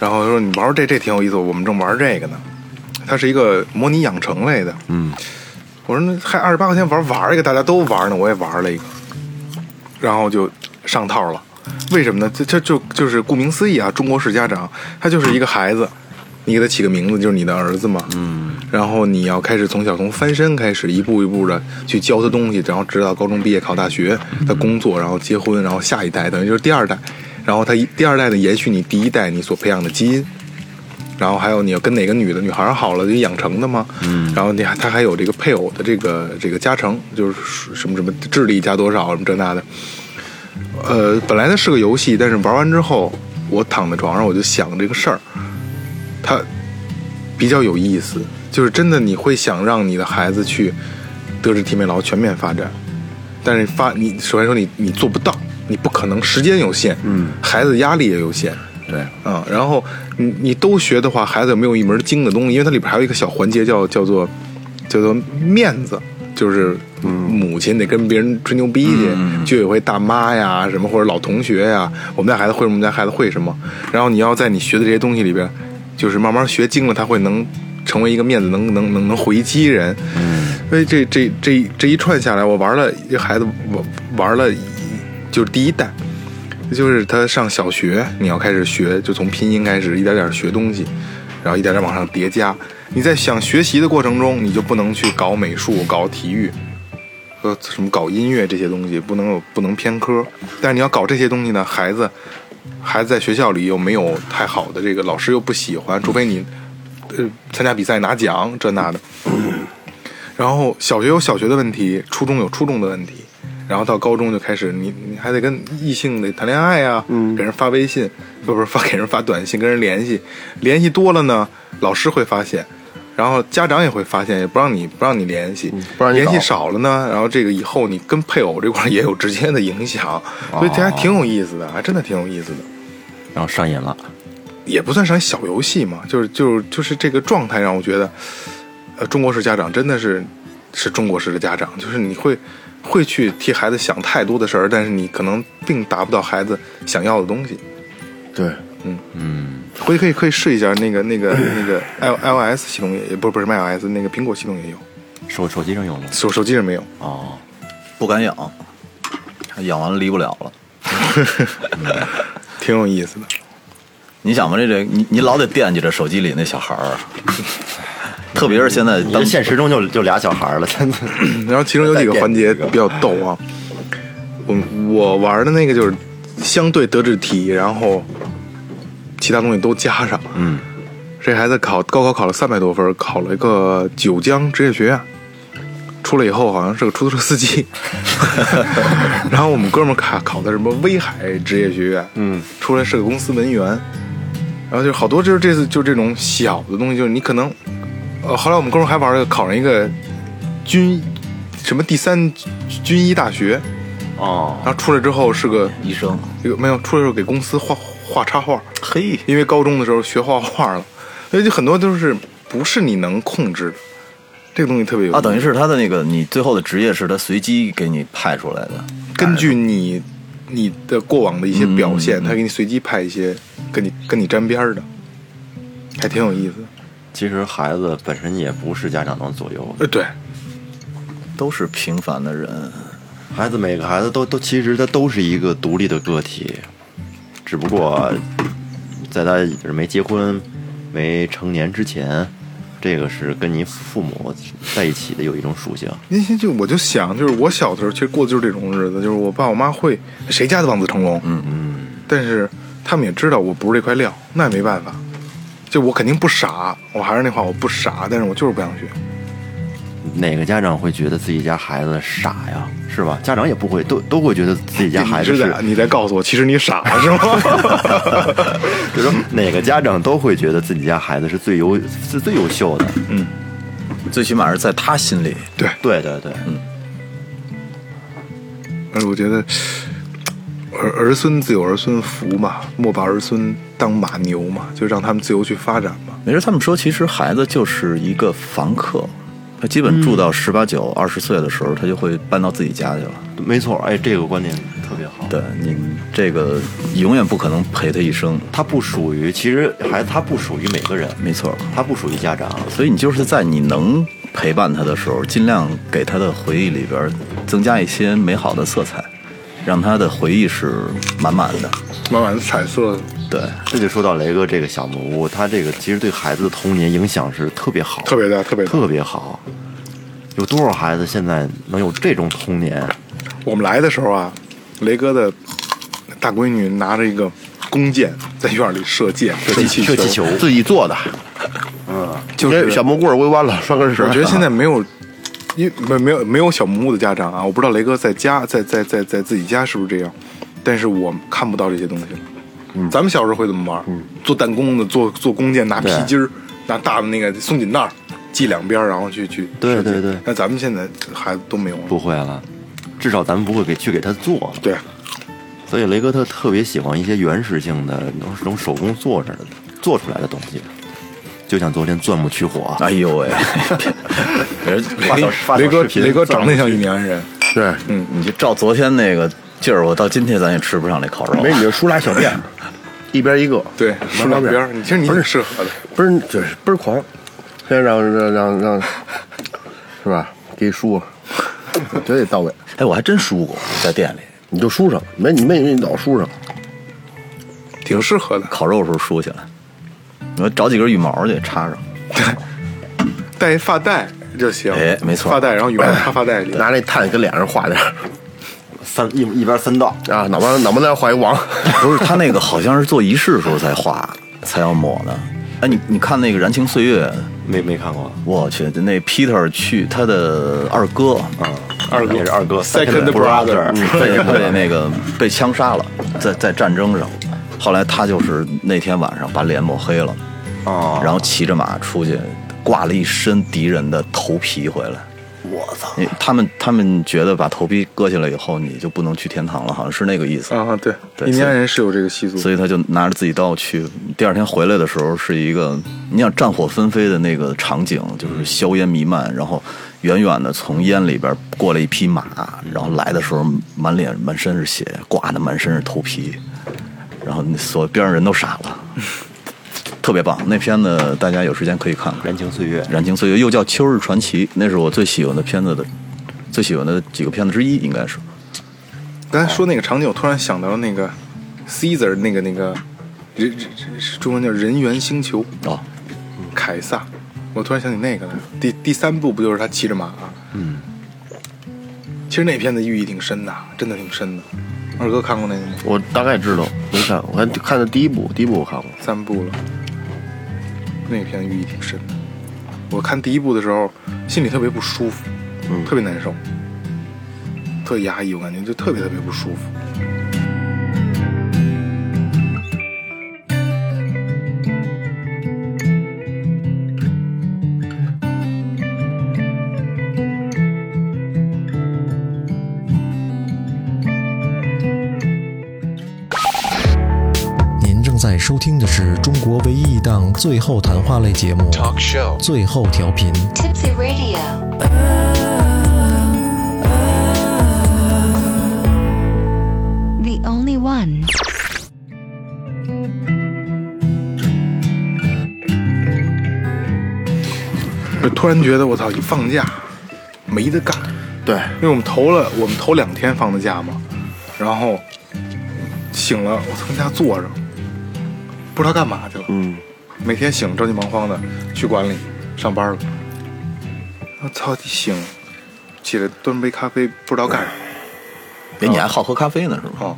S4: 然后说你玩玩这这挺有意思，我们正玩这个呢。它是一个模拟养成类的。嗯，我说那还二十八块钱玩玩一个，大家都玩呢，我也玩了一个，然后就上套了。为什么呢？这这就就是顾名思义啊，中国式家长，他就是一个孩子，你给他起个名字就是你的儿子嘛。嗯，然后你要开始从小从翻身开始，一步一步的去教他东西，然后直到高中毕业考大学，他工作，然后结婚，然后下一代等于就是第二代，然后他一第二代呢延续你第一代你所培养的基因。然后还有你要跟哪个女的女孩儿好了，就养成的嘛。嗯。然后你还他还有这个配偶的这个这个加成，就是什么什么智力加多少什么这那的。呃，本来它是个游戏，但是玩完之后，我躺在床上我就想这个事儿，它比较有意思，就是真的你会想让你的孩子去德智体美劳全面发展，但是发你首先说你你做不到，你不可能，时间有限，嗯，孩子压力也有限，
S5: 对，
S4: 啊，然后你你都学的话，孩子有没有一门精的东西？因为它里边还有一个小环节叫叫做叫做面子，就是母亲得跟别人吹牛逼去，居委会大妈呀什么或者老同学呀，我们家孩子会什么，我们家孩子会什么，然后你要在你学的这些东西里边，就是慢慢学精了，他会能成为一个面子，能能能能回击人。所以这这这这一串下来，我玩了这孩子玩玩了一，就是第一代。就是他上小学，你要开始学，就从拼音开始，一点点学东西，然后一点点往上叠加。你在想学习的过程中，你就不能去搞美术、搞体育，和什么搞音乐这些东西，不能有不能偏科。但是你要搞这些东西呢，孩子，孩子在学校里又没有太好的这个老师又不喜欢，除非你呃参加比赛拿奖这那的。然后小学有小学的问题，初中有初中的问题，然后到高中就开始你你还得跟异性得谈恋爱呀、
S6: 嗯
S4: 给人发微信，不不是发给人发短信，跟人联系，联系多了呢，老师会发现，然后家长也会发现，也不让你不让你联系，
S6: 嗯不让你
S4: 联系
S6: 搞
S4: 少了呢，然后这个以后你跟配偶这块儿也有直接的影响，
S6: 哦
S4: 所以这还挺有意思的，还真的挺有意思的。
S3: 然后上瘾了，
S4: 也不算是小游戏嘛，就是就是就是这个状态让我觉得，呃，中国式家长真的是是中国式的家长，就是你会会去替孩子想太多的事儿，但是你可能并达不到孩子想要的东西。
S6: 对，
S4: 回去可以可以试一下那个那个那个 i iOS 系统也也不是不是 iOS 那个苹果系统也有，
S3: 手手机上有吗？
S4: 手手机上没有。
S3: 哦，
S5: 不敢养，养完了离不了了。
S4: 挺有意思的，
S5: 你想吧，这这你你老得惦记着手机里那小孩儿，特别是现在当
S3: 咱现实中就就俩小孩了，现在
S4: 然后其中有几个环节比较逗啊，我我玩的那个就是相对德智体，然后其他东西都加上，
S3: 嗯，
S4: 这孩子考高考考了三百多分，考了一个九江职业学院。出来以后好像是个出租车司机， 然后我们哥们儿考考的什么威海职业学院，嗯，出来是个公司文员，然后就是好多就是这次就这种小的东西，就是你可能，呃，后来我们哥们儿还玩了个考上一个军什么第三军医大学，
S3: 哦，
S4: 然后出来之后是个
S5: 医生，
S4: 这个没有出来之后给公司画画插画，
S5: 嘿，
S4: 因为高中的时候学画画了，所以就很多都是不是你能控制的，这个东西特别有
S5: 啊，等
S4: 于
S5: 于是他的那个你最后的职业是他随机给你派出来的，
S4: 根据你你的过往的一些表现，他给你随机派一些跟你跟你沾边儿的，还挺有意思的。
S3: 其实孩子本身也不是家长能左右的，
S4: 呃，对，
S5: 都是平凡的人，
S3: 孩子每个孩子都都其实他都是一个独立的个体，只不过在他就是没结婚、没成年之前，这个是跟你父母在一起的有一种属性。
S4: 因为就我就想，就是我小的时候其实过的就是这种日子，就是我爸我妈会谁家的望子成龙，嗯嗯，但是他们也知道我不是这块料，那也没办法。就我肯定不傻，我还是那话，我不傻，但是我就是不想学。
S3: 哪个家长会觉得自己家孩子傻呀？是吧？家长也不会，都都会觉得自己家孩子
S4: 你
S3: 是
S4: 是在你在告诉我，其实你傻是 吗？
S3: 就说 哪个家长都会觉得自己家孩子是最优是最优秀的。
S5: 最起码是在他心里，
S4: 对，
S3: 对对嗯对，
S4: 而我觉得儿儿孙自有儿孙福嘛，莫把儿孙当马牛嘛，就让他们自由去发展嘛。
S5: 没事，他们说，其实孩子就是一个房客，他基本住到十八九、二十岁的时候，他就会搬到自己家去了。
S3: 没错，哎，这个观点特别好。
S5: 对你这个永远不可能陪他一生，
S3: 他不属于，其实孩子他不属于每个人，
S5: 没错。
S3: 他不属于家长。
S5: 所以你就是在你能陪伴他的时候，尽量给他的回忆里边增加一些美好的色彩，让他的回忆是满满的。
S4: 慢慢彩色，
S5: 对，
S3: 这就说到雷哥这个小木屋，他这个其实对孩子的童年影响是特别好，
S4: 特别大特别大
S3: 特别好。有多少孩子现在能有这种童年？
S4: 我们来的时候啊，雷哥的大闺女拿着一个弓箭在院里射箭，射气
S3: 射气球，
S6: 自己做的，
S4: 就
S6: 这
S4: 是
S6: 小木棍儿微弯了，拴根绳儿。
S4: 我觉得现在没有，因没没有没有小木屋的家长啊，我不知道雷哥在家在在在在自己家是不是这样，但是我看不到这些东西了。咱们小时候会怎么玩？做弹弓的，做做弓箭，拿皮筋儿，拿大的那个松紧带儿系两边儿，然后去去
S3: 对
S4: 射箭
S3: 对对
S4: 那咱们现在孩子都没有了。
S3: 不会了，至少咱们不会给去给他做了。
S4: 对，
S3: 所以雷哥特特别喜欢一些原始性的，能能手工做着的做出来的东西，就像昨天钻木取火啊，
S5: 哎呦喂，别
S3: 发小发小
S4: 雷哥
S3: 视频
S4: 雷哥长得
S3: 钻木
S4: 像印第安人，
S6: 对，
S4: 嗯
S5: 你就照昨天那个劲儿，我到今天咱也吃不上那烤肉
S6: 没。 你就梳俩小辫，一边一个，
S4: 对，竖两边儿。你其实你挺适合的，
S6: 不是就是倍儿狂，现在让让让让，是吧？给梳，绝对到位，
S5: 哎，我还真输过，在店里
S6: 你就梳上，没你没你老梳上，
S4: 挺适合的。
S5: 烤肉的时候输起来，我找几根羽毛去插上。
S4: 戴一发带就行，
S5: 哎没错
S4: 发带，然后羽毛插发带里，
S6: 拿那炭跟脸上画点儿
S3: 三一一边三道，
S6: 啊，脑门脑门再画一王，
S5: 不是，他那个好像是做仪式的时候才画，才要抹的。哎，你你看那个《燃情岁月》，
S3: 没没看过，
S5: 我去，那 Peter 去他的二哥啊，
S4: 二哥
S3: 也是二哥
S4: Second
S3: Second
S4: brother 嗯
S5: 被被那个被枪杀了，在在战争上。后来他就是那天晚上把脸抹黑了，
S3: 啊，
S5: 然后骑着马出去，挂了一身敌人的头皮回来。
S3: 我操，
S5: 因为他们他们觉得把头皮割下来以后，你就不能去天堂了，好像是那个意
S3: 哦
S5: 思。
S4: 啊，对，
S5: 对
S4: 印第
S5: 所
S4: 安
S5: 以
S4: 人是有这个习俗的。
S5: 所以他就拿着自己刀去。第二天回来的时候，是一个你想战火纷飞的那个场景，就是硝烟弥漫，然后远远的从烟里边过来一匹马，然后来的时候满脸满身是血，挂的满身是头皮，然后那所有边上人都傻了， 特别棒。那片子大家有时间可以看看，
S3: 燃情岁月
S5: 《燃情岁月》，又叫《秋日传奇》，那是我最喜欢的片子的，最喜欢的几个片子之一，应该是。
S4: 刚才说那个场景，我突然想到那个 Caesar 那个那个人人人中文叫人猿星球
S5: 哦，
S4: 凯撒，我突然想起那个来了。第第三部不就是他骑着马？嗯，其实那片子寓意挺深的，真的挺深的。二哥看过那个吗？
S6: 我大概知道，没看过，我看看的第一部，第一部我看过，
S4: 三部了，那片寓意挺深的。我看第一部的时候，心里特别不舒服，特别难受，特压抑，我感觉就特别特别不舒服。
S7: 您正在收听的是中国唯一一档最后谈话类节目《Talk Show》最后调频。
S8: Tipsy Radio. The only one.
S4: 就突然觉得我操，一放假没得干，
S6: 对，
S4: 因为我们头了，我们头两天放的假嘛，然后醒了，我从家坐着，不知道干嘛去了。嗯，每天醒着急忙慌的去管理上班了。我操，一醒起来端杯咖啡，不知道干什么
S5: 哎，你还好喝咖啡呢是吗？
S4: 啊。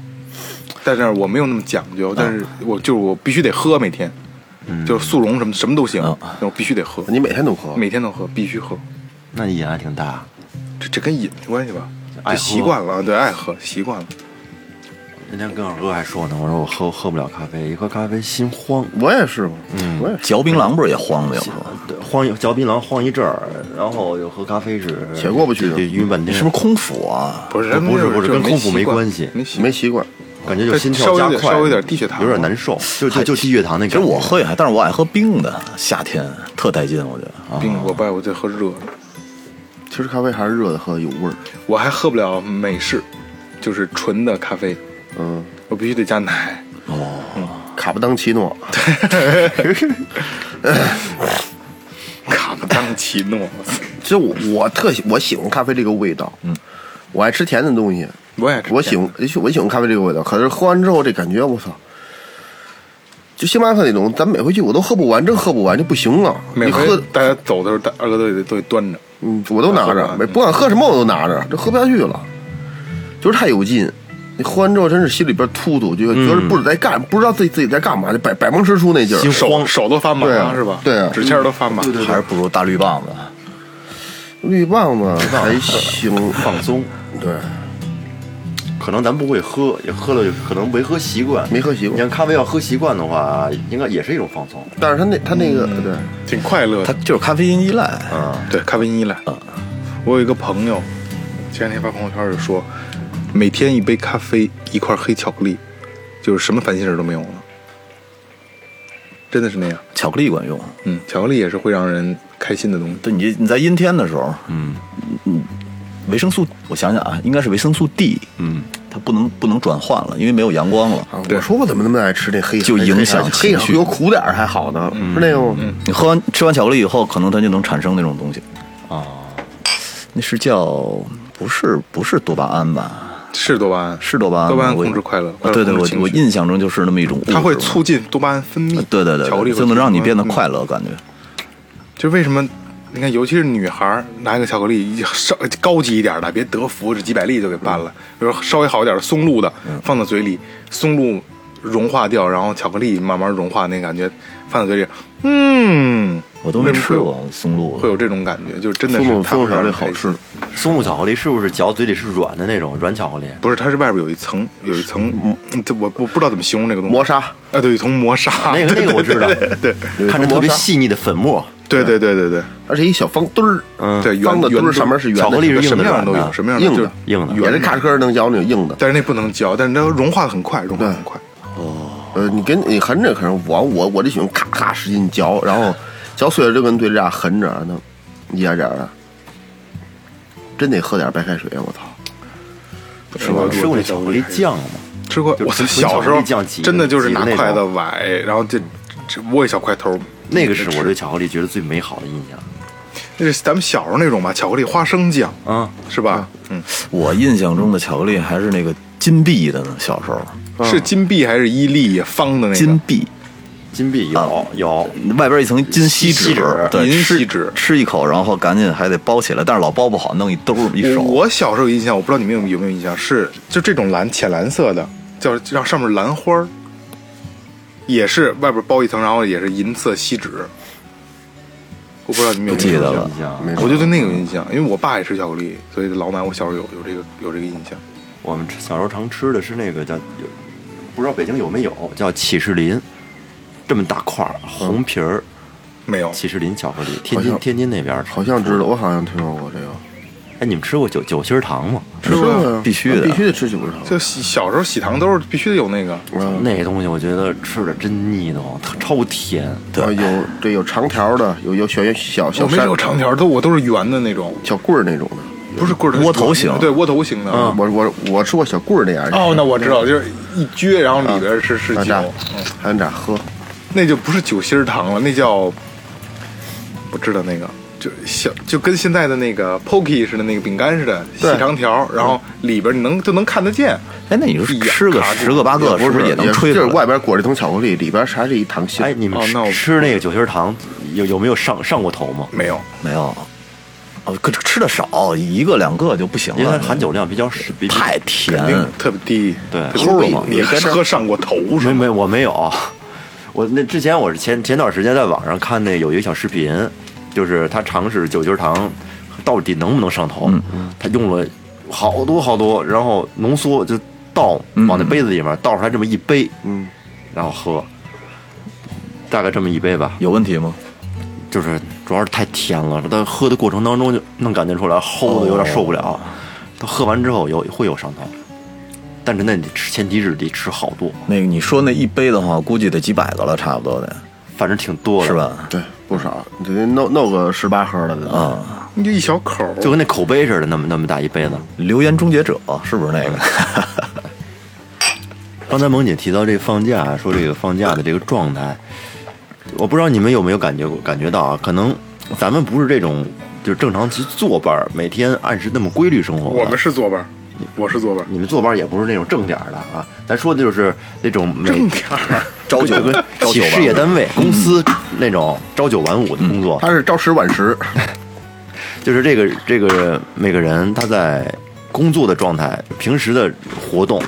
S4: 但是我没有那么讲究，但是我就是我必须得喝每天，就是速溶什么什么都行，
S5: 嗯
S4: 但我必须得喝，
S6: 你每天都喝，
S4: 每天都喝，必须喝。
S3: 那你瘾还挺大。
S4: 这这跟瘾没关系吧？
S3: 爱
S4: 这
S3: 喝
S4: 习惯了啊，对，爱喝习惯了。
S3: 那天跟二哥还说呢，我说我喝喝不了咖啡，一喝咖啡心慌，
S6: 我也是嘛，我也是。
S5: 嚼槟榔不是也慌吗？有时候
S3: 对慌一嚼槟榔慌一阵儿，然后又喝咖啡是
S6: 且过不去
S3: 得晕半天，
S5: 是不是空腹啊？
S4: 不是
S3: 不是不是
S4: 就
S3: 跟
S4: 没
S3: 空腹没
S4: 习惯
S3: 关系
S4: 没习
S6: 没习惯，
S3: 感觉就心
S4: 稍微有
S3: 跳加
S4: 点
S3: 快，
S4: 稍微有点低血糖
S3: 有点难受，就就就低血糖那
S5: 其实
S3: 感觉。
S5: 我喝也还，但是我爱喝冰的，夏天特带劲，我觉得。啊
S4: 惯并我不爱我在喝热的，
S6: 其实咖啡还是热的喝有味儿。
S4: 我还喝不了美式，就是纯的咖啡，
S6: 嗯，哦
S4: 我必须得加奶。
S6: 卡布当奇诺，
S4: 卡布当奇诺， 我操
S6: 其实我我特喜我喜欢咖啡这个味道，嗯，我爱吃甜的东西，
S4: 我也是
S6: 我喜欢我喜欢咖啡这个味道，可是喝完之后这感觉我操。就星巴克那种，咱每回去我都喝不完，真喝不完就不行了。
S4: 每
S6: 你
S4: 回
S6: 喝，
S4: 大家走的时候，大二哥都得都得端着。
S6: 嗯，我都拿
S4: 喝不
S6: 着，
S4: 完
S6: 每不管喝什么我都拿着，这喝不下去了，就是太有劲。你喝完之后真是心里边突突，就觉得不知道在干，不知道自己自己在干嘛，就百百忙之中那劲儿。
S3: 心
S4: 手
S3: 慌
S4: 手都发麻
S6: 对啊
S4: 是吧？
S6: 对啊
S4: 指尖儿都发麻。
S5: 还是不如大绿棒子。
S6: 绿棒子还行，
S3: 放松，
S6: 对，
S3: 可能咱不会喝，也喝了可能没喝习惯，
S6: 没喝习
S3: 你
S6: 惯。
S3: 看咖啡要喝习惯的话，应该也是一种放松。
S6: 但是他那他那个对，
S4: 挺快乐
S5: 它
S4: 的，
S5: 就是咖啡因依赖，
S4: 对咖啡因依赖。
S5: 嗯
S4: 我有一个朋友，前两天发朋友圈就说，每天一杯咖啡，一块黑巧克力，就是什么烦心事儿都没有了。真的是那样，
S5: 巧克力管用。
S4: 嗯，巧克力也是会让人开心的东西。
S5: 对你你在阴天的时候，嗯嗯，维生素我想想啊，应该是维生素 D，嗯，它不能不能转换了，因为没有阳光了。
S6: 啊我说我怎么那么爱吃那黑
S5: 就影响
S6: 黑
S5: 情绪
S6: 黑有苦点儿还好呢，是那个吗？
S5: 你喝完吃完巧克力以后，可能它就能产生那种东西。哦，
S4: 啊
S5: 那是叫不是不是多巴胺吧？
S4: 是多巴胺，
S5: 是多巴胺吗，
S4: 多巴胺
S5: 我
S4: 控制快乐，
S5: 啊对对，
S4: 快乐
S5: 我
S4: 控制情
S5: 我
S4: 绪
S5: 印象中就是那么一种物质
S4: 它会
S5: 嘛
S4: 促进多巴胺分泌
S5: 啊，对对 对
S4: 巧克力
S5: 对，
S4: 会
S5: 就能让你变得
S4: 促进
S5: 快乐，感觉。
S4: 嗯就为什么？你看，尤其是女孩儿拿一个巧克力，稍高级一点的，别德芙这几百粒就给搬了。比如说稍微好一点的松露的，放到嘴里，松露融化掉，然后巧克力慢慢融化，那感觉放到嘴里，嗯，
S5: 我都没吃，过松露，
S4: 会有这种感觉，就真的
S6: 松
S4: 是
S6: 露
S4: 它
S6: 松
S4: 会
S6: 露啥
S4: 让
S6: 这
S4: 人
S6: 好
S4: 开
S6: 吃
S4: 心。，
S3: 松露巧克力是不是嚼嘴里是软的那种软巧克力？
S4: 不是，它是外边有一层，有一层，嗯这我我不知道怎么形容这个东西。
S6: 磨砂，
S4: 啊，对，一层磨砂，
S3: 那个那个我知道，
S4: 对
S3: 看着特别细腻的粉末，
S4: 对对对对对。
S6: 而且一小方墩儿，
S3: 嗯
S4: 对，
S6: 方
S4: 圆
S6: 的
S4: 圆
S6: 墩儿上面是圆的
S3: 巧克力是
S4: 什么样
S3: 硬的
S4: 都
S3: 软
S4: 有，
S3: 的
S4: 什么样
S6: 硬的
S4: 就是
S3: 硬的
S6: 也
S4: 圆
S6: 是咔哧能嚼那种硬的。
S4: 但是那不能嚼，但是它融化的很快，融化得很快。
S6: 呃，你跟你横着可能我我我就喜欢咔咔使劲嚼，然后嚼碎了就跟对着俩横着啊那一点点儿的，真得喝点白开水，啊我操！
S4: 是
S3: 我吃过那巧克力，酱吗？
S4: 吃过。
S3: 就
S4: 我
S3: 纯
S4: 小时
S3: 巧克
S4: 候
S3: 力酱挤的
S4: 真的就是
S3: 挤的
S4: 拿
S3: 那
S4: 筷子
S3: 种
S4: 崴，然后这这握一小块头。
S3: 那个是我对巧克力觉得最美好的印象。
S4: 那是咱们小时候那种吧，巧克力花生酱
S3: 嗯，
S4: 是吧？嗯，
S5: 我印象中的巧克力还是那个金币的呢，小时候
S4: 是金币还是伊利方的那
S5: 金
S4: 个？
S5: 币。
S3: 金币
S5: 啊
S3: 有有，
S5: 外边一层金锡纸，
S3: 锡纸
S5: 对，
S4: 银
S5: 吃
S4: 锡纸
S5: 吃一口，然后赶紧还得包起来，但是老包不好，弄一兜儿一手。
S4: 我我小时候有印象，我不知道你们有有没有印象，是就这种蓝浅蓝色的，叫让上面兰花儿，也是外边包一层，然后也是银色锡纸。我不知道你们有没有
S5: 不记
S4: 印
S5: 得
S4: 象
S5: 了。
S6: 没
S4: 我就对那个有印象，因为我爸也吃巧克力，所以老买我小时候有有这个有这个印象。
S3: 我们吃小时候常吃的是那个叫，有不知道北京有没有叫起士林，这么大块儿红皮儿
S4: 没有，
S3: 起士林巧克力，天
S6: 好
S3: 津
S6: 像
S3: 天津那边儿吃
S6: 好像知道，我好像听说过这个，
S3: 哎，你们吃过酒酒心儿糖吗？
S6: 吃过呀
S5: 必须的
S6: 必须得吃九十
S4: 就喜小时候喜糖都是必须得有那个，
S6: 嗯
S3: 那东西我觉得吃着真腻得慌，它超甜。
S6: 啊，有这有长条的，有有小圆小
S4: 我
S6: 小
S4: 没
S6: 山
S4: 有长条，都我都是圆的那种，
S6: 小棍儿那种的。
S4: 不是棍儿，
S5: 窝头型
S4: 对窝头型嗯的。
S6: 我我我吃过小棍儿那样的，
S4: 啊哦，那我知道，就是一撅，然后里边是是
S6: 还
S4: 酒
S6: 咋，还咋喝？
S4: 那就不是酒心儿糖了，那叫不知道那个，就小就跟现在的那个 Pocky 似的那个饼干似的，细
S6: 对
S4: 长条，然后里边你能就能看得见。
S5: 哎，那你说
S4: 一
S5: 吃个
S4: 卡住
S5: 十个八个，
S6: 不
S5: 是不
S6: 是
S5: 是也能吹出
S6: 就
S5: 来？
S6: 是外边裹着一层巧克力，里边啥是一糖心。
S3: 哎，你们
S4: 哦
S3: 吃
S4: 那我
S3: 吃那个酒心儿糖有有没有上上过头吗？
S4: 没有，
S5: 没有，哦，可吃的少，一个两个就不行
S3: 因为
S5: 了，
S3: 它含酒量比较少，比
S5: 嗯太
S4: 肯定
S6: 嗯
S5: 甜。
S4: 特别低，
S3: 对
S4: 特别
S5: 齁了
S4: 低
S5: 嘛
S4: 你还喝上过头是
S3: 没
S4: 吗？
S3: 没，我没有。我那之前我是前前段时间在网上看那有一个小视频，就是他尝试九节糖到底能不能上头，
S5: 嗯
S3: 他用了好多好多，然后浓缩就倒
S5: 嗯
S3: 往那杯子里面倒出来这么一杯，嗯，然后喝，大概这么一杯吧，
S5: 有问题吗？
S3: 就是主要是太甜了，但喝的过程当中就能感觉出来齁的有点受不
S5: 哦
S3: 了，他喝完之后有会有上头，但是那你得吃前提是得吃好多，
S5: 那个你说那一杯的话，估计得几百个了，差不多得，
S3: 反正挺多的，
S5: 是？吧？
S6: 对，不少，你得弄弄个十八盒的啊，
S5: 啊，
S4: 你就一小口儿，
S3: 就跟那口杯似的，那么那么大一杯子。
S5: 留言终结者是不是那个？
S3: 刚才萌姐提到这个放假，说这个放假的这个状态，我不知道你们有没有感觉感觉到啊？可能咱们不是这种就是正常去坐班儿，每天按时那么规律生活的。
S4: 我们是坐班儿，我是坐班儿，
S3: 你们坐班儿也不是那种正点儿的啊，咱说的就是那种每
S4: 正点儿。
S5: 朝九
S3: 跟
S5: 朝
S3: 企
S5: 九
S3: 事业单位、公司那种朝九晚五的
S4: 嗯
S3: 工作。
S6: 它是朝十晚十，
S3: 就是这个这个每个人他在工作的状态、平时的活动，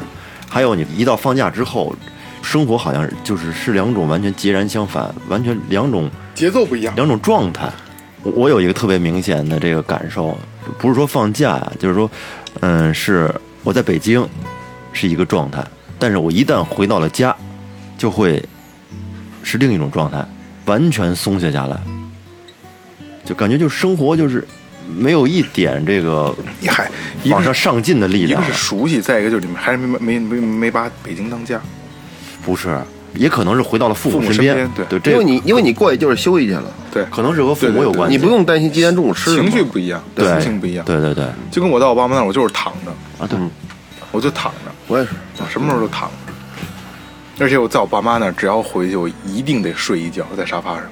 S3: 还有你一到放假之后，生活好像就是是两种完全截然相反、完全两种
S4: 节奏不一样，
S3: 两种状态。我我有一个特别明显的这个感受，不是说放假呀，就是说，嗯，是我在北京是一个状态，但是我一旦回到了家，就会是另一种状态，完全松懈下来，就感觉就生活就是没有一点这个
S4: 你还一
S3: 往
S4: 个
S3: 上
S4: 是
S3: 上进的力
S4: 一
S3: 量
S4: 个
S3: 了
S4: 是，熟悉，再一个就是你们还是没没没没把北京当家，
S3: 不是，也可能是回到了父
S4: 父母
S3: 身
S4: 身
S3: 边
S4: 边，对
S3: 对，
S6: 因
S3: 这
S6: 为你因为你过去就是休息去了，
S4: 对，
S3: 可能是和父
S4: 对
S3: 母
S4: 对
S3: 有
S4: 对
S3: 关系，
S6: 你不用担心今天中午吃什么
S4: 情绪不一样，心
S3: 对
S4: 情不一样，嗯
S3: 对对对
S4: 就跟我到我爸妈那儿，我就是躺着，
S3: 啊对，
S4: 我就躺着，
S6: 我也是，
S4: 我什么时候都躺着。而且我在我爸妈那儿，只要回去，我一定得睡一觉，在沙发上，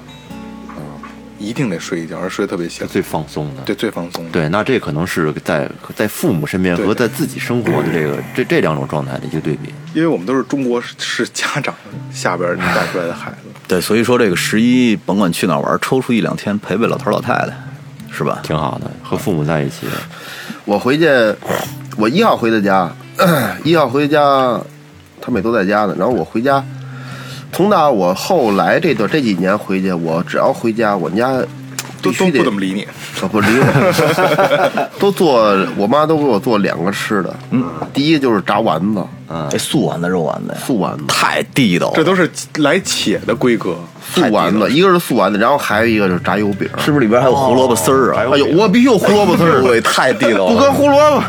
S5: 嗯
S4: 一定得睡一觉，而睡得特别香，
S3: 最放松的。
S4: 对，最放松的。
S3: 对，那这可能是在在父母身边
S4: 对
S3: 和在自己生活的这个这这两种状态的一个对比。
S4: 因为我们都是中国式是家长下边带出来的孩子，
S5: 对，所以说这个十一甭管去哪儿玩，抽出一两天陪陪老头老太太，是吧？
S3: 挺好的，和父母在一起，
S6: 我回去，我一号回的家， 一号回家，他们也都在家呢。然后我回家，从打我后来这段这几年回去，我只要回家，我们家
S4: 都
S6: 必
S4: 都
S6: 须
S4: 不
S6: 得
S4: 怎么理你。
S5: 哦
S6: 可不理我， 都做我妈都给我做两个吃的，嗯，第一就是炸丸子，
S5: 这哎素丸子、肉丸子呀，
S6: 素丸子，
S5: 嗯太地道
S4: 这
S5: 了，
S4: 都是来且的规格，
S6: 素丸子，一个是素丸子，然后还有一个就是炸油饼，
S5: 是不是里边还有胡萝卜丝儿啊？
S6: 哎呦，我必须有胡萝卜丝 儿，
S5: 对，太地道
S6: 不
S5: 了
S6: 搁。胡萝卜，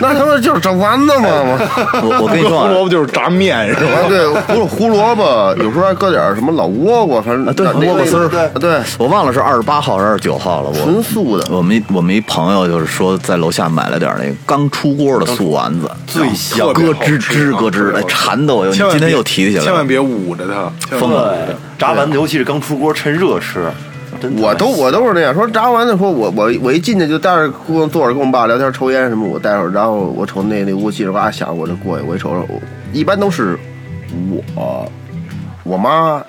S6: 那他妈就是炸丸子嘛。
S5: 哎 我我跟你说
S4: 胡
S5: 啊
S4: 萝，卜就是炸面是吧？
S6: 啊，对，胡胡萝卜，有时候还搁点儿什么老倭瓜，反
S5: 啊
S6: 正
S5: 对
S6: 那
S5: 胡萝卜丝儿
S6: 那个对，
S5: 我忘了是二十八号还是二十九号了。
S6: 纯
S5: 我
S6: 素的，
S5: 我们一我们一朋友就是说在楼下买了点那个刚出锅的素丸子，啊
S3: 最香
S4: 特别
S5: 咯
S4: 好
S5: 吱
S4: 吃
S5: 吱咯吱，哎，馋的我又，你
S4: 千万
S5: 今天
S4: 别
S5: 又提起来了，
S4: 千万别捂着它，千万
S5: 疯了
S3: 对，炸丸子
S5: 啊
S3: 尤其是刚出锅，趁热吃，真的
S6: 我都我都是那样说炸完的时候，我我我一进去就待着跟坐着跟我爸聊天抽烟什么，我待会儿，然后我瞅那那屋叽里呱响，我就过去，我一瞅瞅，我一般都是我我妈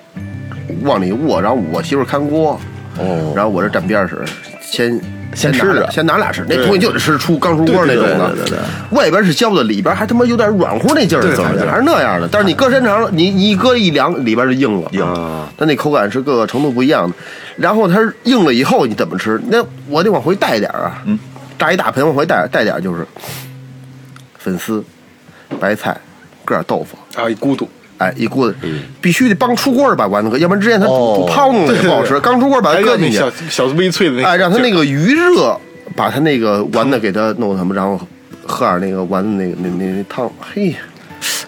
S6: 往里一卧，然后我媳妇儿看锅，哦，然后我这站边儿吃，先。
S5: 先
S6: 拿
S5: 吃着
S6: 先拿俩吃，那东西就得是出刚出锅那种
S5: 对
S6: 的，
S5: 对对对
S6: 外边是焦的，里边还他妈有点软乎那劲儿，怎么还是那样的。但是你搁身上，你你一搁一凉，里边就硬了，硬
S5: 嗯
S3: 了。
S6: 它那口感是各个程度不一样的。然后它是硬了以后你怎么吃？那我得往回带点儿啊，嗯，炸一大盆往回带带点儿就是粉丝、白菜、搁点豆腐，
S4: 啊，一咕嘟，
S6: 哎，一锅子，必须得帮出锅儿把丸子搁，要不然之前它
S5: 哦
S6: 不泡弄
S4: 对
S6: 也
S4: 对
S6: 不好吃。
S4: 对
S6: 刚出锅儿把它
S4: 哎
S6: 搁
S4: 呦
S6: 进
S4: 那
S6: 去，
S4: 小小微脆的那，
S6: 啊哎，让它那
S4: 个
S6: 个余热把它那个丸子给它弄什么，然后喝点那个丸子那个那那那汤，嘿，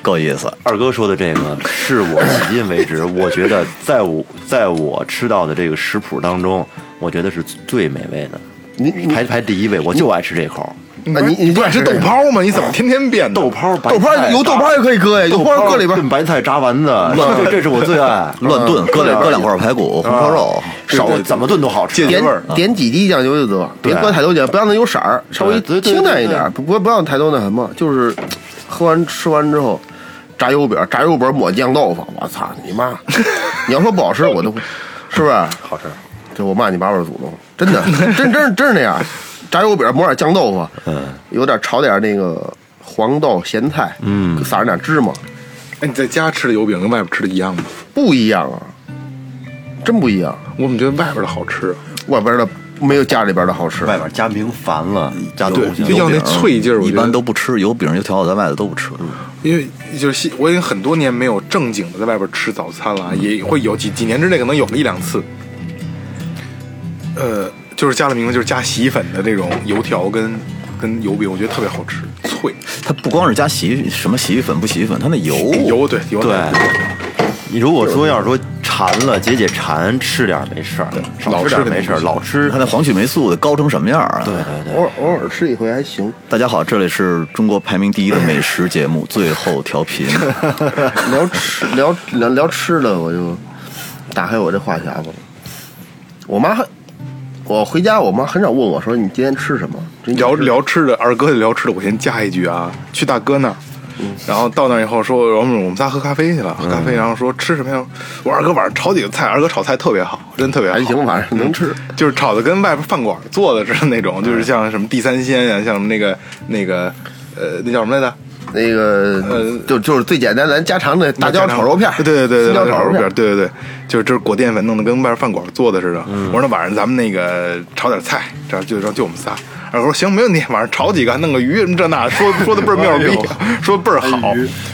S5: 够意思。
S3: 二哥说的这个，是我迄今为止，我觉得在我在我吃到的这个食谱当中，我觉得是最美味的，
S6: 你你
S3: 排排第一位，我就爱吃这口
S6: 啊你你
S4: 你不爱吃豆泡吗？你怎么天天变的？
S3: 豆泡，
S6: 豆泡儿有豆泡儿也可以搁呀，有豆泡儿搁里边儿
S3: 炖白菜炸丸子，这这是我最爱，
S4: 嗯
S3: 嗯
S5: 乱炖，搁两搁两块排骨、红烧
S4: 啊
S5: 肉，
S3: 少怎么炖都好吃，
S6: 点点几滴酱油就得，别搁太多酱，不要那有色儿，稍微
S3: 对对对
S6: 清淡一
S3: 对
S6: 点，不不不要太多那什么，就是喝完吃完之后，炸油饼，炸油饼抹酱豆腐，我操你妈！你要说不好吃，我都会，是不是？好吃。这我骂你八辈儿祖宗，真的，真真是真是那样，炸油饼抹点酱豆腐，嗯，有点炒点那个黄豆咸菜，嗯，撒上点芝麻，
S4: 哎，你在家吃的油饼跟外边吃的一样吗？
S6: 不一样啊，真不一样，
S4: 我们觉得外边的好吃，啊
S6: 外边的没有家里边的好吃。
S3: 外边加明矾了，加
S4: 对
S3: 东西
S4: 就
S3: 了
S4: 要那脆劲儿我
S5: 一
S4: 觉得嗯
S5: 般都不吃油饼，油条我在外头都不吃。
S4: 因为就是西，我已经很多年没有正经的在外边吃早餐了啊，也会有几几年之内可能有个一两次。呃，就是加了名字，就是加洗衣粉的这种油条跟跟油饼，我觉得特别好吃，脆
S5: 它不光是加洗衣什么洗衣粉不洗衣粉，它那油
S4: 油对油
S3: 对，你如果说要是说馋了解解馋，吃点儿没事儿，少
S4: 老吃
S3: 吃点儿
S4: 肯定
S3: 没事儿，
S4: 不行
S3: 老吃
S5: 它。那黄曲霉素得高成什么样啊？
S3: 对对对，
S6: 偶尔偶尔吃一回还行，
S5: 大家好，这里是中国排名第一的美食节目《最后调 频》，
S6: 聊吃聊聊聊吃的，我就打开我这话匣子了。我妈还，我回家，我妈很少问我说你今天吃什么。真
S4: 聊聊吃的，二哥就聊吃的，我先加一句啊，去大哥那儿，
S6: 嗯
S4: 然后到那儿以后说，我们我们仨喝咖啡去了，喝咖啡，然后说吃什么呀？我说二哥晚上炒几个菜，二哥炒菜特别好，真特别好，嗯
S6: 还行，反正能吃。
S4: 就是炒的跟外边饭馆做的似的那种，就是像什么地三鲜呀、像那个那个呃，那叫什么来着？
S6: 那个
S4: 呃
S6: 就就是最简单，咱家常的大椒炒肉片儿，
S4: 对对对对，
S6: 青椒
S4: 大椒
S6: 炒
S4: 炒
S6: 肉
S4: 肉
S6: 片
S4: 片
S6: 儿
S4: 儿，，对对对，就是就是果淀粉弄得跟外边饭馆做的似的。
S6: 嗯
S4: 我说那晚上咱们那个炒点菜，这样就就就我们仨。二哥说行，没问题，晚上炒几个，弄个鱼什么这那，说说的倍儿
S6: 哎
S4: 妙逼，说倍儿好。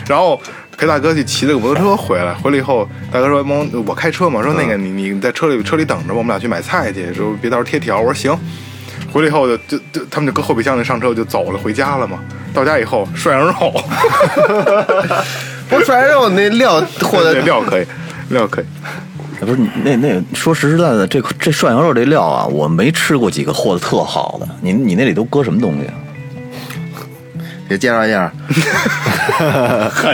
S4: 然后陪大哥去骑了个摩托车回来，回来以后大哥说蒙我开车嘛，说那个
S6: 嗯
S4: 你你在车里车里等着吧，我们俩去买菜去，说别到时候贴条。我说行。回来以后就就就他们就搁后备箱里上车就走了，回家了嘛。到家以后涮羊肉，
S6: 不是涮羊肉那料和的
S4: 对 料可以，料可以。
S5: 不是你那那说实实在在，这这涮羊肉这料啊，我没吃过几个和的特好的。你你那里都搁什么东西啊？
S6: 也介绍一 下。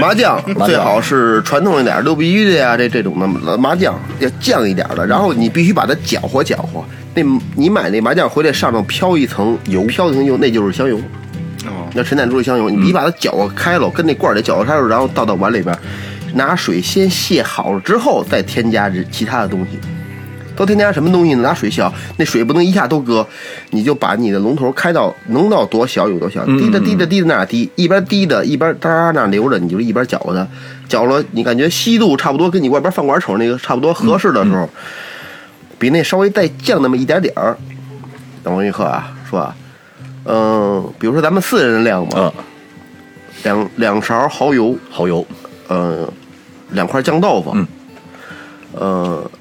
S6: 麻酱最好是传统一点儿，六必居的呀，这这种的麻酱要酱一点儿的，然后你必须把它搅和搅和。那你买那麻酱回来上面飘一层油，飘一层油，那就是香油。
S4: 哦，
S6: 那陈淡猪的香油，你把它搅和开了，跟那罐儿里搅和开了，然后倒到碗里边儿，拿水先泄好了之后，再添加这其他的东西。都添加什么东西呢？拿水小，那水不能一下都搁，你就把你的龙头开到能到多小有多小，滴的滴的滴的那滴，一边滴的一边哒哒那流着，你就一边搅和它，搅和你感觉稀度差不多跟你外边饭馆瞅那个差不多合适的时候，比那稍微再降那么一点点儿。等我一刻啊，说啊，嗯、比如说咱们四人量嘛，
S5: 嗯
S6: 两两勺蚝油，
S5: 蚝油，
S6: 呃，两块酱豆腐，
S5: 嗯，
S6: 呃，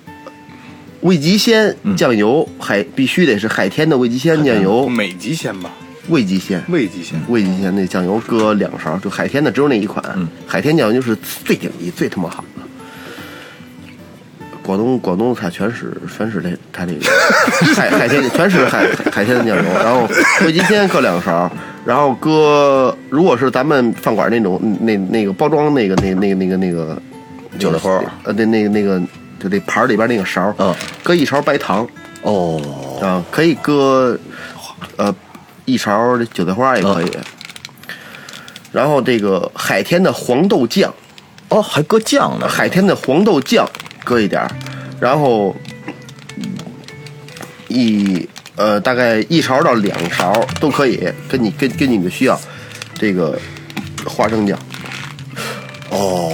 S6: 味极鲜酱油，海必须得是海天的味极鲜酱油，
S4: 哦美极鲜吧，
S6: 味极鲜，
S4: 味极鲜。
S6: 味极鲜那酱油搁两勺，就海天的只有那一款，
S5: 嗯
S6: 海天酱油就是最顶级、最他妈好的。广东广东菜全是全是这它这 个海海天全是海海天的酱油，然后味极鲜搁两勺，然后搁如果是咱们饭馆那种那那个包装那个那那个那个那个
S5: 韭菜花儿
S6: 呃那那个那个就那盘儿里边那个勺，
S5: 嗯，
S6: 搁一勺白糖，
S5: 哦，
S6: 啊，可以搁呃一勺这韭菜花也可以。然后这个海天的黄豆酱，
S5: 哦，还搁酱呢，
S6: 海天的黄豆酱搁一点儿，然后一呃大概一勺到两勺都可以，跟你跟跟你的需要，这个花生酱。
S5: 哦，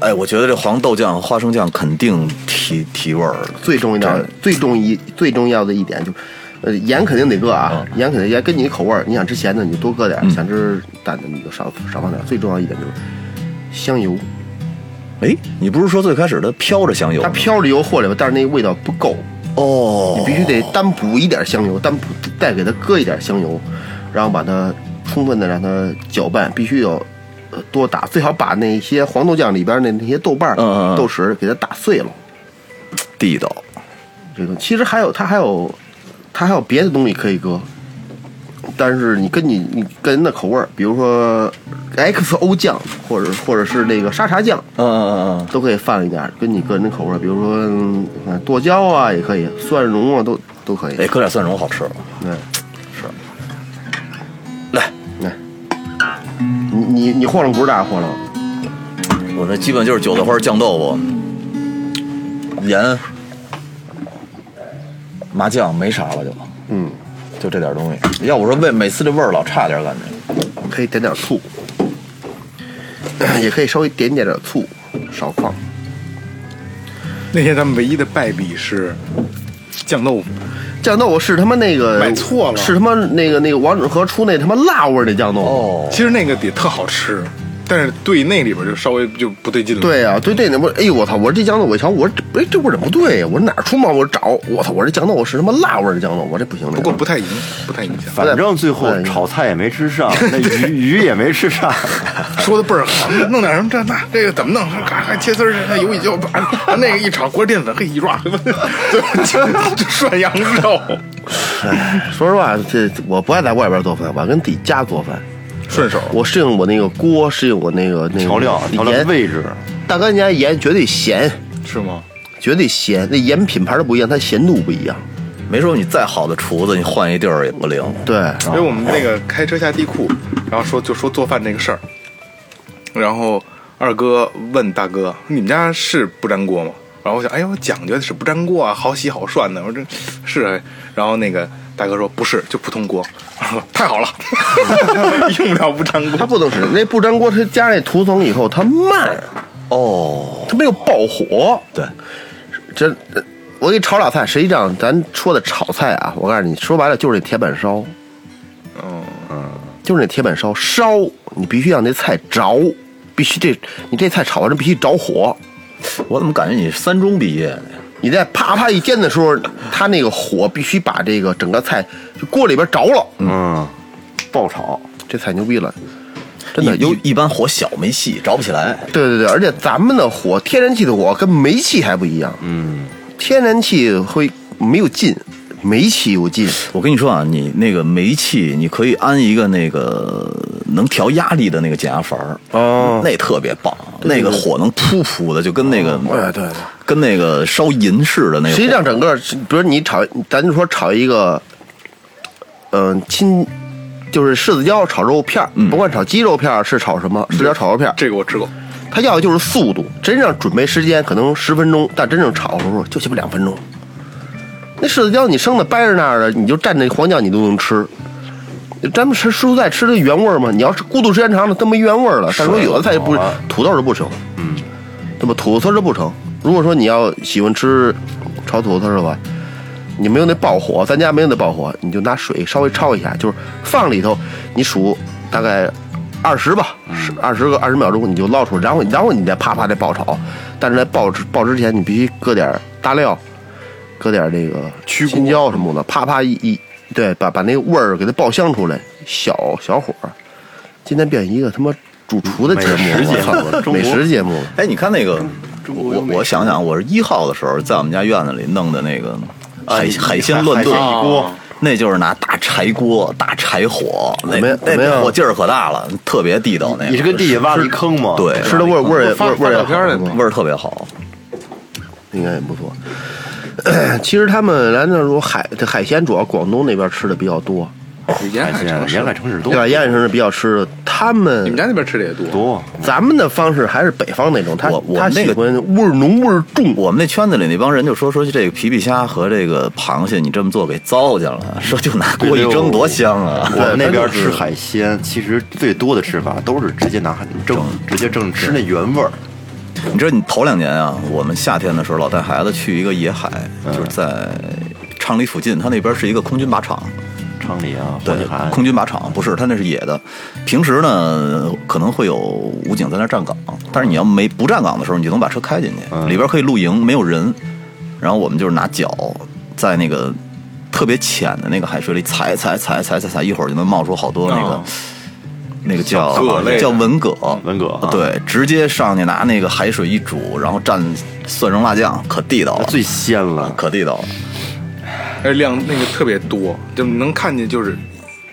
S5: 哎，我觉得这黄豆酱、花生酱肯定提提味儿。
S6: 最重要的最重一最重要的一点就是，呃，盐肯定得搁啊，
S5: 嗯
S6: 盐肯定盐跟你的口味儿，你想吃咸的你就多搁点儿，想吃淡的你就少少放点儿。最重要一点就是香油，
S5: 哎，你不是说最开始它飘着香油吗？
S6: 它飘着油和里边，但是那个味道不够，
S5: 哦，
S6: 你必须得单补一点香油，单补再给它搁一点香油，然后把它充分的让它搅拌，必须有。呃多打，最好把那些黄豆酱里边那那些豆瓣儿、
S5: 嗯嗯嗯
S6: 豆豉给它打碎了，
S5: 地道。
S6: 这个其实还有它还有它还有别的东西可以搁，但是你跟你你跟人的口味儿，比如说 XO 酱或者或者是那个沙茶酱，
S5: 嗯嗯嗯
S6: 都可以放一点儿，跟你个人的口味儿，比如说嗯剁椒啊也可以，蒜蓉啊都都可以
S5: 嗯，。哎，搁点蒜蓉好吃。
S6: 对，
S5: 来，
S6: 来，你你你和了不是大和了，
S5: 我这基本就是韭菜花、酱豆腐、盐，麻将没啥了就，嗯，就这点东西。要我说为每次这味儿老差点感觉，
S6: 可以点点醋， 也可以稍微点点点醋，少放。
S4: 那天咱们唯一的败笔是酱豆腐，
S6: 酱豆腐是他妈那个
S4: 买错了
S6: 是他妈那个那个王准和出那他妈辣味儿那酱豆腐。
S4: 其实那个也特好吃，但是对那里边就稍微就不对劲了。
S6: 对呀、对对，那不，哎呦我操！我说这酱豆腐，我一瞧，我说这哎这味儿怎么不对呀？我说哪儿出毛病？我找，我操！我说这酱豆腐是他妈辣味儿的酱豆腐，我这不行。
S4: 不
S6: 这
S4: 过
S6: 个
S4: 不太影不太影响，
S3: 反正最后炒菜也没吃上，那鱼鱼也没吃上，
S4: 说的倍儿好，弄点什么这那这个怎么弄？还还切丝儿，那油一浇，把那个一炒，锅淀粉，嘿一抓， 就就涮羊肉，
S6: 说实话，这我不爱在外边做饭，我爱跟自己家做饭。
S4: 顺手。
S6: 我适应我那个锅，适应我那个那个
S3: 调料调料
S6: 盐
S3: 位置，
S6: 大哥你家盐绝对咸，
S4: 是吗？
S6: 绝对咸。那盐品牌都不一样，它咸度不一样。
S5: 没说你再好的厨子，你换一地儿也不灵。
S6: 对，
S4: 因为我们那个开车下地库，然后说就说做饭这个事儿，然后二哥问大哥：“你们家是不粘锅吗？”然后我想：“哎呦，讲究的是不粘锅啊，好洗好涮的。”我说：“这是。哎”然后那个大哥说：“不是，就普通锅。”我说：“太好了， 用不了不粘
S6: 它
S4: 锅。
S6: 不能使那不粘锅，它加那涂层以后，它慢，哦，它没有爆火。
S5: 对，
S6: 这呃我给你炒俩菜，实际上咱说的炒菜啊，我告诉你，说白了就是那铁板烧。嗯就是那铁板烧烧，你必须让那菜着，必须这你这菜炒完之后必须着火。
S5: 我怎么感觉你是三中毕业的呀？
S6: 你在啪啪一煎的时候，它那个火必须把这个整个菜就锅里边着了，
S3: 嗯，爆炒，
S6: 这菜牛逼了，真的
S5: 一
S6: 有
S5: 一一般火小没戏，着不起来。
S6: 对对对，而且咱们的火，天然气的火跟煤气还不一样，嗯，天然气会没有劲，煤气有劲，
S5: 我跟你说啊，你那个煤气，你可以安一个那个能调压力的那个减压阀儿，
S6: 哦
S5: 那特别棒，那个火能噗噗的，就跟那个，
S6: 对对对，
S5: 跟那个烧银似的那个火。
S6: 哦哎实际上整个，比如你炒，咱就说炒一个，嗯、亲，就是柿子椒炒肉片儿，甭管炒鸡肉片儿是炒什么，柿子椒炒肉片儿”，
S4: 这个我吃过，
S6: 他要的就是速度。真正准备时间可能十分钟，但真正炒的时候就鸡巴两分钟。那柿子椒你生的掰着那儿的，你就蘸那黄酱你都能吃。咱们吃蔬菜吃的原味儿嘛，你要是过渡时间长了，都没原味儿了。但是说有的菜就不，土豆就不成，嗯，对吧？土豆丝儿就不成。如果说你要喜欢吃炒土豆丝儿的话，你没有那爆火，咱家没有那爆火，你就拿水稍微焯一下，就是放里头，你数大概二十吧，
S3: 嗯
S6: 十二十个二十秒钟你就捞出来，然后然后你再啪啪再爆炒，但是在爆之爆之前你必须搁点大料，搁点这个青椒什么的，啪啪一一对把把那个味儿给它爆香出来，小小火儿。今天变一个他妈主厨的节目
S3: 美食节目
S6: 了，我操
S3: 中国
S6: 美食节目了，
S5: 哎，你看那个，我我想想，我是一号的时候在我们家院子里弄的那个海海鲜乱炖
S3: 海鲜一锅，
S5: 那就是拿大柴锅、大柴火，那
S6: 没
S5: 那
S6: 没有
S5: 火劲儿可大了，特别地道那个。
S3: 你是跟地下挖了一坑吗？
S5: 对，
S6: 吃的味儿味儿也味儿味儿也好是吗
S5: 味儿特别好。
S6: 应该也不错。其实他们来那时候海这海鲜主要广东那边吃的比较多，
S4: 沿海城
S3: 海鲜，哎沿海
S4: 市。
S3: 城市多
S6: 对啊吧？沿海城市比较吃的，他
S4: 你们
S6: 们
S4: 家那边吃的也多，
S3: 多，
S6: 咱们的方式还是北方那种，他
S5: 我我
S6: 他
S5: 那个
S6: 喜欢味儿浓味儿重，
S5: 我们那圈子里那帮人就说说这个皮皮虾和这个螃蟹，你这么做给糟践了，说就拿锅一蒸多香啊！
S3: 我们那边吃海鲜，其实最多的吃法都是直接拿蒸，直接蒸吃那原味儿。
S5: 你知道你头两年啊，我们夏天的时候老带孩子去一个野海，
S6: 嗯
S5: 就是在昌黎附近，它那边是一个空军靶场，
S3: 昌黎啊，
S5: 对
S3: 黄金海，岸
S5: 空军靶场不是，它那是野的。平时呢，可能会有武警在那儿站岗，但是你要没不站岗的时候，你就能把车开进去，里边可以露营，没有人。然后我们就是拿脚在那个特别浅的那个海水里踩踩踩踩踩踩，一会儿就能冒出好多那个。那个叫
S4: 小蛤类的
S5: 叫文蛤，
S3: 文蛤啊
S5: 对，直接上去拿那个海水一煮，然后蘸蒜蓉辣酱，可地道
S3: 那
S5: 了，
S3: 最鲜了。
S5: 可地道了。
S4: 而且量那个特别多，就能看见就是，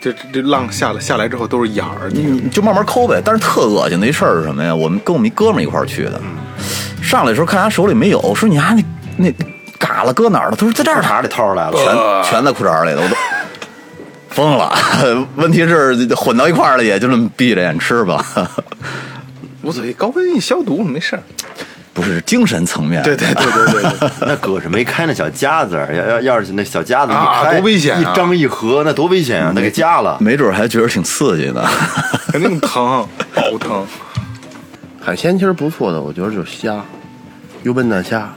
S4: 这这这浪下来下来之后都是眼儿，你
S5: 你就慢慢抠呗。但是特恶心的一事儿是什么呀？我们跟我们一哥们儿一块儿去的，上来的时候看他手里没有，我说你丫、那那嘎了搁哪儿了？他说在这儿
S3: 哪里掏出来了？
S5: 全全在裤衩儿里了，我都疯了。问题是混到一块儿了，也就这么闭着眼吃吧。
S4: 无所谓，高温一消毒没事儿。
S5: 不是精神层面。
S4: 对对对对对对，
S3: 那哥是没开那小夹子儿，要要要是那小夹子一
S4: 啊
S3: 开，
S4: 多危险啊
S3: 一张一合，那多危险
S6: 嗯
S3: 啊！那给夹了。
S5: 没准还觉得挺刺激的。
S4: 肯定疼，好疼。
S6: 海鲜其实不错的，我觉得就是虾，油焖大虾，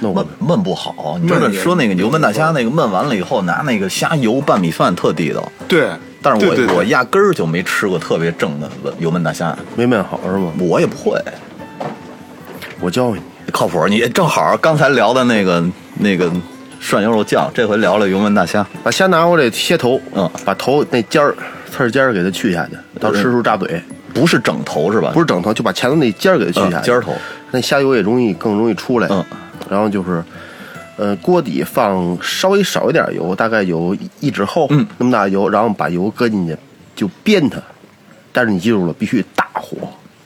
S6: 弄
S5: 焖
S6: 过没
S5: 焖不好，你就是
S4: 也
S5: 说那个油焖大虾那个焖完了以后，拿那个虾油拌米饭特地道。
S4: 对，
S5: 但是我
S4: 对对对
S5: 我压根儿就没吃过特别正的油焖大虾，
S6: 没焖好是吗？
S5: 我也不会，
S6: 我教给你，
S5: 靠谱。你正好刚才聊的那个那个涮牛肉酱，这回聊了油焖大虾，
S6: 把虾拿过来切头，
S5: 嗯
S6: 把头那尖儿刺儿尖儿给它去下去，到吃时候扎嘴，
S5: 不是整头是吧？
S6: 不是整头，就把前头那尖儿给它去下
S5: 嗯
S6: 去，
S5: 尖儿头，
S6: 那虾油也容易更容易出来。
S5: 嗯，
S6: 然后就是，呃，锅底放稍微少一点油，大概有一一指厚，
S5: 嗯
S6: 那么大油，然后把油搁进去就煸它，但是你记住了，必须大火，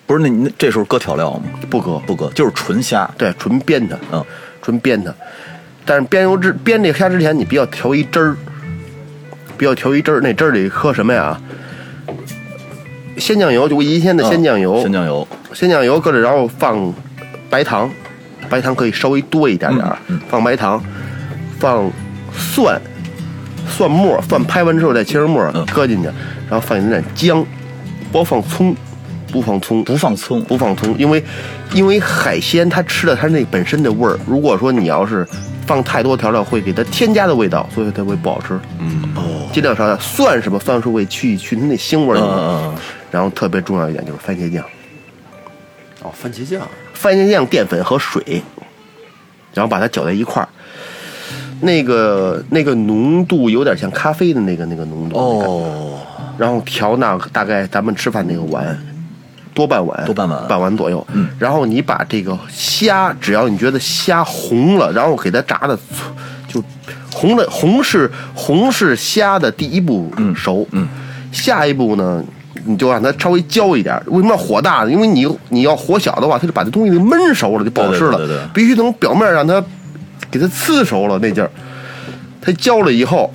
S5: 不是那那这时候搁调料吗？
S6: 不搁
S5: 不搁，就是纯虾。
S6: 对，纯煸它，
S5: 嗯，
S6: 纯煸它。但是煸油之煸这虾之前，你不要调一汁儿，不要调一汁儿。那汁儿里喝什么呀？鲜酱油，就一鲜的
S5: 嗯
S6: 鲜酱油，
S5: 鲜酱油，
S6: 鲜酱油搁这，然后放白糖，白糖可以稍微多一点点儿，
S5: 嗯
S6: 放白糖，放蒜，蒜末，蒜拍完之后再切成末儿
S5: 嗯
S6: 搁进去，然后放一点点姜，不要放葱，不放葱，
S5: 不放葱，
S6: 不放葱，因为因为海鲜它吃了它那本身的味儿，如果说你要是放太多调料，会给它添加的味道，所以它会不好吃。嗯，哦，尽量少点蒜是吧？蒜是会去一去它那腥味儿的。
S5: 嗯嗯嗯
S6: 然后特别重要一点就是番茄酱，
S3: 哦，番茄酱，
S6: 番茄酱、淀粉和水，然后把它搅在一块儿。那个那个浓度有点像咖啡的那个那个浓度，
S5: 哦，
S6: 然后调那大概咱们吃饭那个碗，多半碗，
S5: 多半碗
S6: 半碗左右。嗯，然后你把这个虾，只要你觉得虾红了，然后给它炸的，就红了，红是红是虾的第一步熟，嗯，下一步呢，你就让它稍微焦一点。为什么要火大呢？因为你你要火小的话，它就把这东西给焖熟了，就不好吃了。
S5: 对对对对
S6: 必须从表面让它给它刺熟了那劲儿，它焦了以后。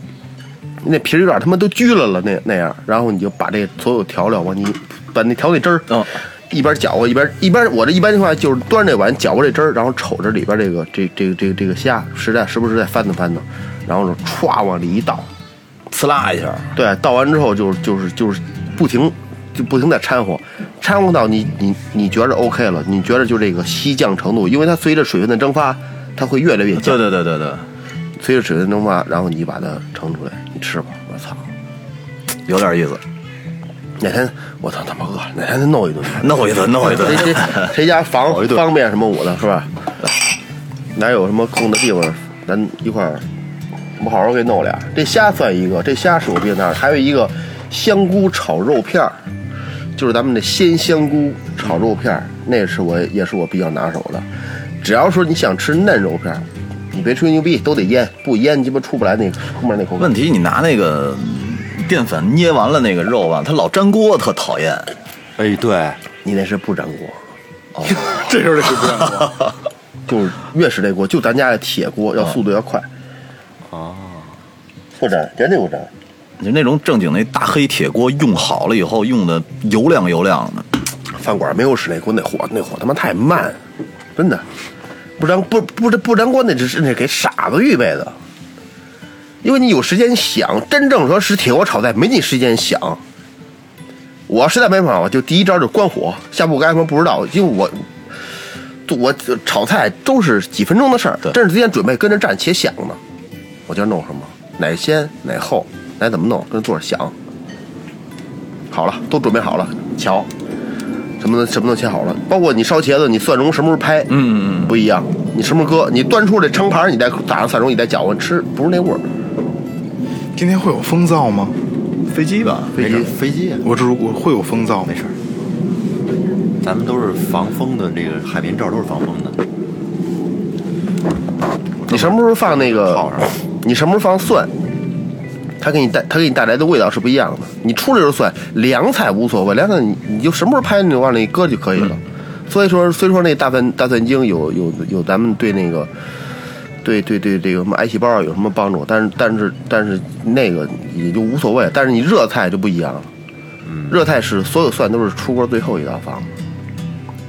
S6: 那皮儿有点他妈都拘了了那那样，然后你就把这所有调料往你把那调那汁儿，
S5: 嗯
S6: 一边搅和一边一边我这一般的话就是端着碗搅和这汁儿，然后瞅着里边这个这这个这个这个虾，实在时不时再翻腾翻腾，然后就歘往里一倒，
S5: 刺啦一下，
S6: 对，倒完之后就是就是就是不停就不停在掺和，掺和到你你你觉着 OK 了，你觉着就这个吸酱程度，因为它随着水分的蒸发，它会越来越
S5: 对
S6: 酱，
S5: 对对对对，
S6: 随着水分蒸发，然后你把它盛出来，你吃吧，我操。
S5: 有点意思。
S6: 哪天我操他妈饿了，哪天再弄一顿。
S5: 弄一顿，弄一顿
S6: 谁， 谁谁家房
S5: 一顿
S6: 方便什么我的是吧？哪有什么空的地方，咱一块儿，我好好给弄俩。这虾算一个，这虾是我别那儿，还有一个香菇炒肉片儿，就是咱们的鲜香菇炒肉片儿，那是我也是我比较拿手的。只要说你想吃嫩肉片儿，你别吹牛逼，都得腌，不腌你鸡巴出不来那后面那口感。
S5: 问题你拿那个嗯淀粉捏完了那个肉啊吧，它老粘锅，特讨厌。
S3: 哎，对，
S6: 你那是不粘锅。
S5: 哦
S4: 这时候就不让说，
S6: 就是越是这锅，就咱家的铁锅要速度要快。哦，不粘，绝对不粘。
S5: 你那种正经那大黑铁锅用好了以后，用的油亮油亮的，
S6: 饭馆没有室内锅，那火那火他妈太慢，真的。不粘不不不粘锅那只是那给傻子预备的，因为你有时间想，真正说是铁锅炒菜没你时间想。我实在没办法，我就第一招就关火，下步该什么不知道，因为我。我炒菜都是几分钟的事儿
S5: 对，
S6: 真是之前准备跟着站且想呢，我就弄什么哪先哪后哪怎么弄，跟着坐着想。好了，都准备好了，瞧，什么都什么都切好了，包括你烧茄子，你蒜蓉什么时候拍，嗯嗯嗯，不一样，你什么时候搁，你端出来盛盘儿，你再打上蒜蓉，你再搅和吃，不是那味儿。
S4: 今天会有风噪吗？
S5: 飞机吧，
S3: 飞机飞机啊，
S4: 我这我会有风噪吗？没事，
S3: 咱们都是防风的，这个海绵罩都是防风的。
S6: 你什么时候放那个
S3: 泡上？
S6: 你什么时候放蒜？它给你带它给你带来的味道是不一样的。你出来的时候蒜，凉菜无所谓，凉菜你你就什么时候拍你就往里搁就可以了。所以说，虽说那大蒜大蒜精有有有咱们对那个对对对这个什么癌细胞啊有什么帮助，但是但是但是那个也就无所谓。但是你热菜就不一样了，热菜是所有蒜都是出锅最后一道放的。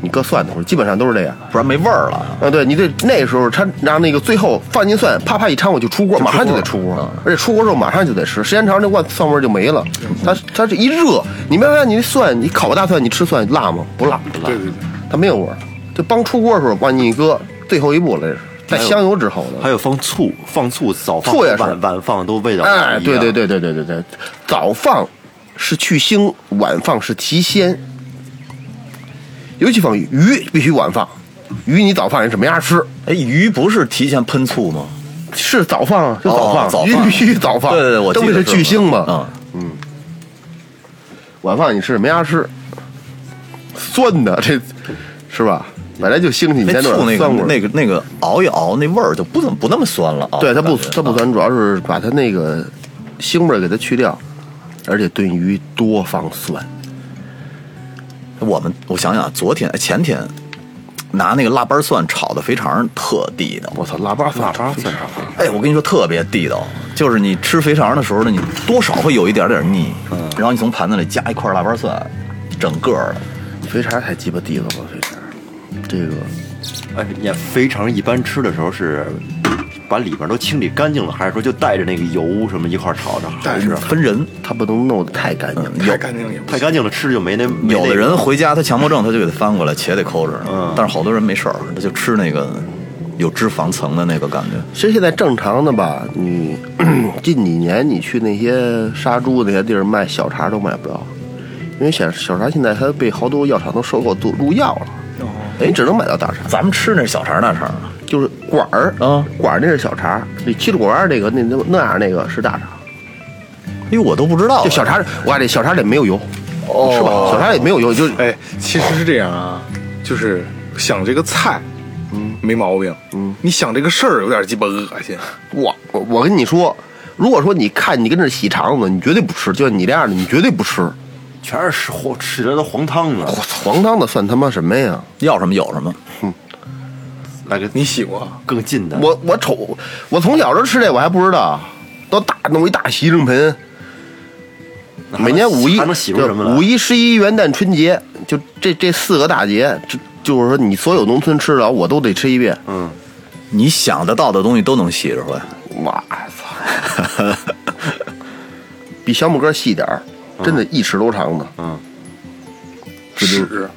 S6: 你搁蒜头，基本上都是这样。
S5: 不然没味儿了。
S6: 啊，对你得那时候掺，然后那个最后放进蒜，啪啪一掺我就出锅，马上就得出锅，而且出锅之后马上就得吃，时间长这蒜蒜味儿就没了。它它这一热，你没发现你那蒜，你烤个大蒜，你吃蒜辣吗？不辣，不
S4: 对对对，
S6: 它没有味儿。这帮出锅的时候往进一搁，最后一步了，这是在香油之后呢。
S3: 还有放醋，放醋早放、
S6: 醋也是
S3: 晚晚放都味道不一样
S6: 哎，对对，对对对对对，早放是去腥，晚放是提鲜。尤其放鱼，鱼必须晚放，鱼你早放人是没法吃，
S5: 哎，鱼不是提前喷醋吗？
S6: 是早放啊，是早放，
S5: 哦早
S6: 鱼
S5: 放
S6: 必须早放。
S5: 对对对，我
S6: 这
S5: 记
S6: 不
S5: 得
S6: 是巨星吗？
S5: 嗯，
S6: 晚放你吃没啥吃，酸的这是吧？本来就腥气，你
S5: 那
S6: 再弄
S5: 哎醋那
S6: 点酸味
S5: 个
S6: 儿
S5: 那个那个熬一熬，那味儿就不怎么不那么酸了啊。
S6: 对，它不
S5: 感觉
S6: 它不酸，主要是把它那个腥味儿给它去掉，而且炖鱼多放蒜。
S5: 我们我想想啊，昨天哎前天拿那个腊八蒜炒的肥肠，特地道。
S6: 我操，腊八蒜，腊八蒜，
S5: 哎，我跟你说特别地道，就是你吃肥肠的时候呢，你多少会有一点点腻，然后你从盘子里夹一块腊八蒜，整个儿的。
S6: 肥肠太鸡巴地道了，肥肠，这个
S3: 哎，你看肥肠一般吃的时候是把里边都清理干净了，还是说就带着那个油什么一块儿炒着？
S4: 但是
S5: 嗯分人，
S6: 它不能弄得太干
S5: 嗯
S6: 净，
S4: 太干净了也不
S3: 太干净了，吃就没那没
S5: 有
S3: 那
S5: 的
S3: 个
S5: 人回家他强迫症，他就给他翻过来，且得抠着。
S6: 嗯
S5: 但是好多人没事儿，他就吃那个有脂肪层的那个感觉。
S6: 其实现在正常的吧，你 近几年你去那些杀猪那些地儿卖小肠都买不着，因为小小肠现在它被好多药厂都收购做入药了，你只能买到大肠，
S5: 咱们吃那小肠大肠，
S6: 就是管儿
S5: 啊
S6: 管儿那是小肠，你七里拐弯那个那那那样那个是大肠，
S5: 哎呦，我都不知道。
S6: 就小肠，我告诉你，小肠里没有油，是吧？小肠里没有油，就是
S4: 哎，其实是这样啊，就是想这个菜，嗯，没毛病，嗯，你想这个事儿有点鸡巴恶心，
S6: 我我我跟你说，如果说你看你跟这儿洗肠子，你绝对不吃，就像你这样的，你绝对不吃，
S3: 全是黄吃的都黄汤呢
S6: 我，操黄汤的算他妈什么呀？
S5: 要什么有什么，
S3: 来个
S4: 你洗过？
S3: 更近的。
S6: 我我瞅，我从小就吃这，我还不知道，都大弄一大洗净盆。
S3: 那还能
S6: 每年五一
S3: 还能洗出什么来？
S6: 对五一、十一、元旦、春节，就这这四个大节，就就是说你所有农村吃的，我都得吃一遍。
S3: 嗯
S5: 你想得到的东西都能洗出来。
S6: 哇操， 比小拇哥细点儿，真的一尺多长呢。
S3: 嗯，
S6: 这就
S4: 屎、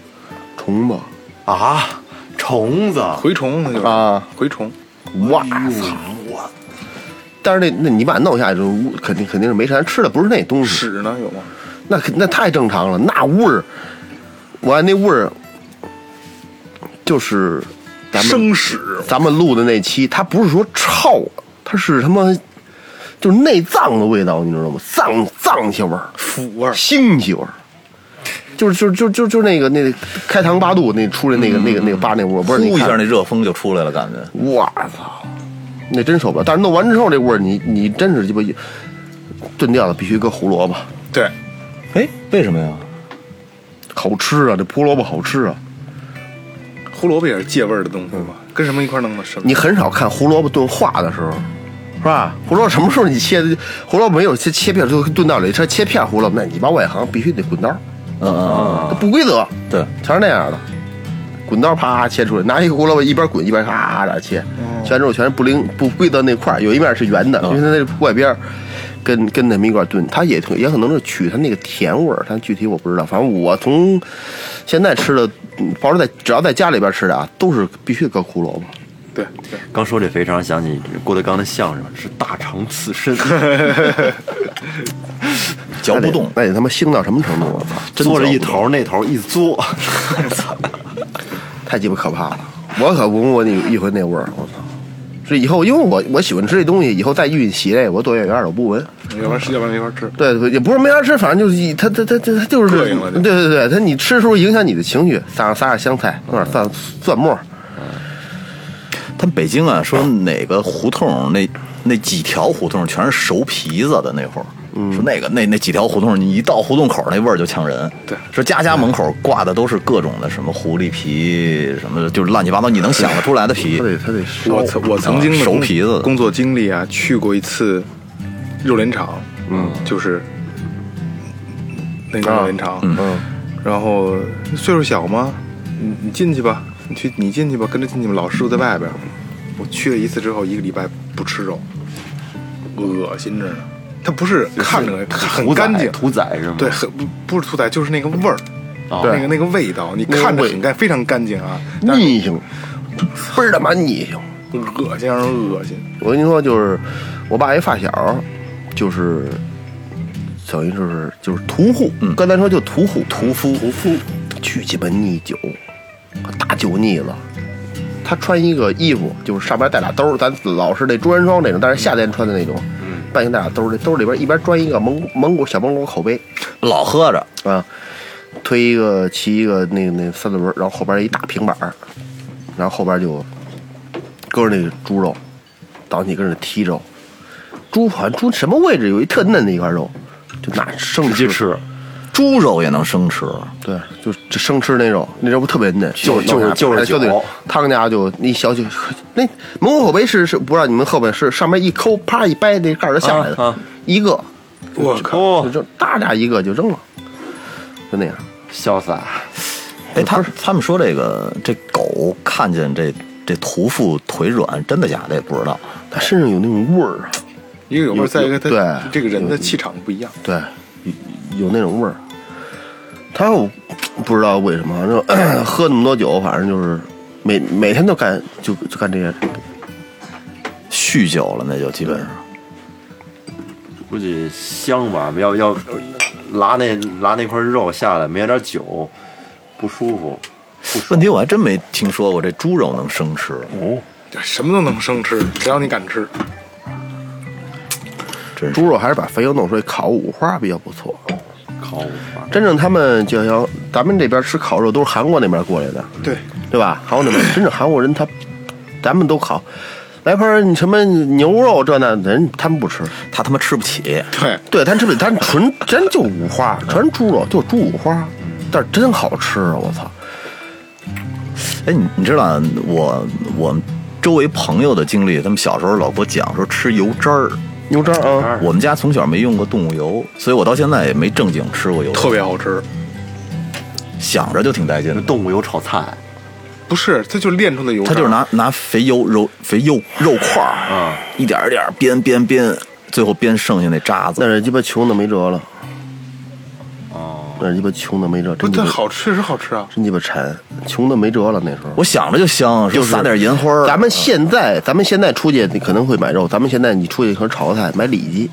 S6: 虫子，
S3: 啊，虫子，
S4: 蛔虫那就是
S6: 啊，
S4: 蛔虫，
S3: 嗯
S6: 哇
S3: 哎
S6: 操我。但是那那你把它弄下去，肯定肯定是没啥吃的，不是那东西。
S4: 屎呢有吗？
S6: 那可那太正常了，那味儿，我那味儿，就是咱们
S4: 生屎，
S6: 咱们录的那期，它不是说臭，它是他妈就是内脏的味道，你知道吗？脏脏气味儿，
S4: 腐味儿，
S6: 腥气味儿，就是就是就就就那个那个开膛八度那出来那个、那个那个八那味儿，不是
S5: 呼
S6: 你
S5: 一下
S6: 看
S5: 那热风就出来了，感觉。
S6: 我操，那真受不了。但是弄完之后这味儿，你你真是鸡巴炖掉了，必须搁胡萝卜，
S4: 对，
S5: 哎，为什么呀？
S6: 好吃啊，这胡萝卜好吃啊。
S4: 胡萝卜也是借味儿的东西嘛，跟什么一块儿弄的？什么？
S6: 你很少看胡萝卜炖化的时候，是吧？胡萝卜什么时候你切的？胡萝卜没有切切片，就炖到里。它切片胡萝卜，那你把外行必须得滚刀，
S5: 嗯嗯
S6: 它不规则，
S5: 嗯，对，
S6: 全是那样的。滚刀啪切出来，拿一个胡萝卜一边滚一边咔的切，切完之后全是不灵不规则那块儿，有一面是圆
S5: 嗯
S6: 的，因为它那外边儿跟跟那么一块儿炖，它也也可能是取它那个甜味儿，但具体我不知道。反正我从现在吃的，嗯包括在只要在家里边吃的啊，都是必须搁胡萝卜。
S4: 对对，
S3: 刚说这肥肠，想起郭德纲的相声是大肠 刺身，
S5: 嚼不动。
S6: 那得，那得他妈腥到什么程度？我操，真
S3: 嘬着一
S6: 嚼不动，
S3: 头那头一嘬，操！
S6: 太鸡巴可怕了！我可闻过那一回那味儿，我操！这以后，因为我我喜欢吃这东西，以后再遇袭这，我躲远远的，我不闻。
S4: 要不然要不然没法吃。
S6: 对，对也不是没法吃，反正就是一它它它它它就是，
S4: 膈应了
S6: 对对对，它你吃的时候影响你的情绪，撒上撒点香菜，弄点蒜蒜末，
S5: 他们北京啊，说哪个胡同那那几条胡同全是熟皮子的那会儿，
S6: 嗯
S5: 说那个那那几条胡同，你一到胡同口那味儿就呛人。
S4: 对
S5: 说家家门口挂的都是各种的什么狐狸皮，什么就是乱七八糟，你能想得出来的皮
S6: 它。得它得烧。
S4: 我曾我曾经的
S5: 熟
S4: 工
S5: 皮子
S4: 工作经历啊，去过一次肉联厂，嗯，就是那个肉联厂，嗯，然后岁数小嘛，你你进去吧，你去你进去吧，跟着进去吧。老师傅在外边儿，我去了一次之后，一个礼拜不吃肉，恶心着呢。它不是看着很
S3: 屠宰
S4: 干净，
S3: 屠宰是吗？
S4: 对，很不不是屠宰，就是那个味儿，
S3: 哦
S4: 那个那个味道，你
S6: 那个
S4: 看着
S6: 味
S4: 很干，非常干净啊，但是
S6: 逆性，倍儿他妈逆性。
S4: 恶心让人恶心。
S6: 我跟你说，就是我爸一发小，就是等于就是就是屠户，刚才说就屠户、嗯屠夫、屠夫，巨鸡巴腻酒，大酒腻子。他穿一个衣服，就是上边带俩兜儿，咱老是那朱元璋那种，但是夏天穿的那种，半夜带俩兜儿，这兜儿里边一边装一个蒙蒙古小蒙古口杯，
S5: 老喝着，
S6: 啊，推一个骑一个那个那三轮儿，然后后边一大平板儿，然后后边就搁着那个猪肉，倒进去跟着踢肉，猪好像猪什么位置有一特嫩的一块肉，就拿生
S3: 直接吃，
S5: 猪肉也能生吃，
S6: 对，就就生吃那肉，那肉不特别嫩，
S3: 就就
S6: 就
S3: 是就是
S6: 就得哦
S3: 酒
S6: 他们家就一小酒，那蒙古口碑是是不知道你们后边是上面一抠，啪一掰那盖儿就下来了，
S3: 啊啊
S6: 一个
S4: 我靠，
S6: 就
S3: 哦，
S6: 扔，大俩一个就扔了，就那样。
S3: 潇洒，
S5: 哎，他他们说这个这狗看见这这屠夫腿软，真的假的也不知道。
S6: 它身上有那种味儿啊，
S4: 一个有味儿，再一个他
S6: 对
S4: 这个人的气场不一样。
S6: 对，有有那种味儿。他我不知道为什么，就 喝那么多酒，反正就是每每天都干就就干这些事。
S5: 酗酒了那就基本上。
S3: 估计香吧，要要拉那拉那块肉下来，没点酒不舒服。
S5: 问题我还真没听说过这猪肉能生吃，
S4: 什么都能生吃，只要你敢吃。
S5: 真是
S6: 猪肉还是把肥油弄出来烤五花比较不错。
S3: 烤五花，
S6: 真正他们就像咱们这边吃烤肉都是韩国那边过来的，
S4: 对，
S6: 对吧？韩国那边真正韩国人他，咱们都烤，来盘儿你什么牛肉这那人他们不吃，
S5: 他他妈吃不起。
S4: 对，
S6: 对，咱吃不起，咱纯真就五花，纯猪肉就猪五花，但是真好吃啊！我操，
S5: 哎，你你知道我我周围朋友的经历，他们小时候老给我讲说吃油渣儿。
S6: 牛渣啊！
S3: 当然
S5: 我们家从小没用过动物油，所以我到现在也没正经吃过油。
S4: 特别好吃。
S5: 想着就挺带劲的，
S3: 动物油炒菜，
S4: 不是，它就炼出的油渣，
S5: 他就是拿拿肥油肉肥油肉块儿
S3: 啊，
S5: 一点儿一点儿煸煸煸，最后煸剩下那渣子
S6: 那。是鸡巴穷的没辙了。哦，那是鸡巴穷的没辙，
S4: 不，
S6: 真鸡
S4: 它
S6: 巴
S4: 好，确实好吃啊。
S6: 真鸡巴馋，穷的没辙了。那时候
S5: 我想着就香，
S6: 就
S5: 就是撒点盐花儿。
S6: 咱们现在，咱们现在出去你可能会买肉，咱们现在你出去可能炒个菜买里脊，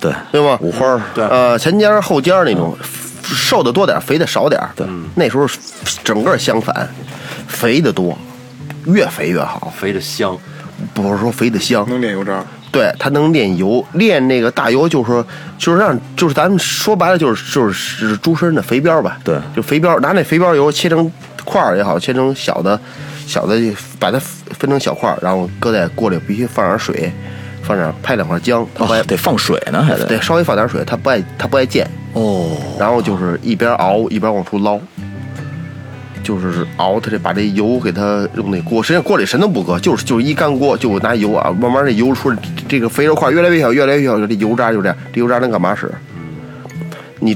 S5: 对
S6: 嗯对吗？
S5: 五花儿
S3: 对
S6: 呃，前尖儿后尖儿那种，瘦的多点儿，肥的少点儿。对，嗯那时候整个相反，肥的多，越肥越好，
S3: 肥的香，
S6: 不是说肥的香，
S4: 能炼油渣，
S6: 对，它能炼油，炼那个大油就是说，就是让，就是咱们说白了就是就是猪身的肥膘吧，
S5: 对
S6: 就肥膘，拿那肥膘油切成块儿也好，切成小的小的，把它分成小块儿，然后搁在锅里，必须放点水，放点拍两块姜，它不爱、
S5: 哦，得放水呢，还
S6: 得
S5: 得
S6: 稍微放点水，它不爱它不爱溅，
S5: 哦，
S6: 然后就是一边熬一边往出捞，就是熬它这把这油给它用那锅，实际上锅里什么都不搁，就是就是一干锅，就拿油啊，慢慢这油出来，这个肥肉块越来越小，越来越小，这油渣就这样，这油渣能干嘛使？你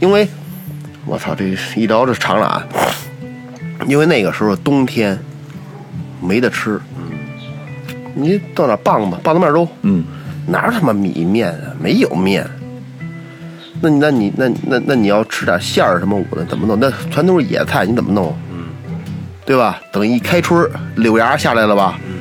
S6: 因为我操，这一聊这长了啊，因为那个时候冬天没得吃，你到哪儿棒子棒子面粥，
S5: 嗯，
S6: 哪有他妈米面啊？没有面。那你那你那那那你要吃点馅儿什么我的怎么弄？那全都是野菜，你怎么弄？嗯，对吧？等一开春儿，柳芽下来了吧？嗯，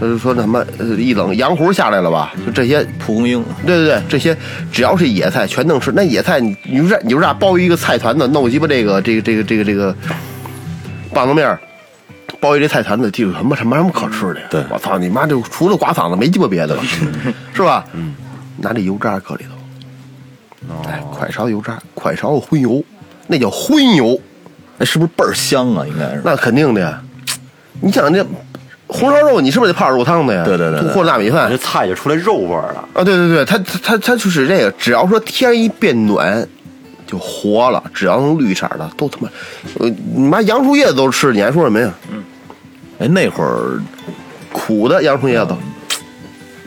S6: 就是说那什么呃一冷洋胡下来了吧？就这些
S5: 蒲公英
S6: 对对对，这些只要是野菜全能吃。那野菜你你就这你就这包一个菜团子，弄鸡巴这个这个这个这个这个棒子面儿，包一这菜团子，就有什么什么什么可吃的呀？
S5: 对
S6: 我操你妈！就除了刮嗓子没鸡巴别 的了，是吧？嗯，拿这油渣搁里头，哎，快勺油渣，快勺荤油，那叫荤油，
S5: 那哎是不是倍儿香啊？应该是
S6: 那肯定的呀。你想这红烧肉，你是不是得泡点肉汤子呀？
S5: 对对对对
S6: 或者大米饭
S3: 这，菜就出来肉味儿了。
S6: 啊，对对对，它它它它就是这个，只要说天一变暖，就活了。只要能绿色的，都他妈，呃，你妈杨树叶子都吃，你还说什么呀？
S5: 哎，那会儿
S6: 苦的杨树叶子，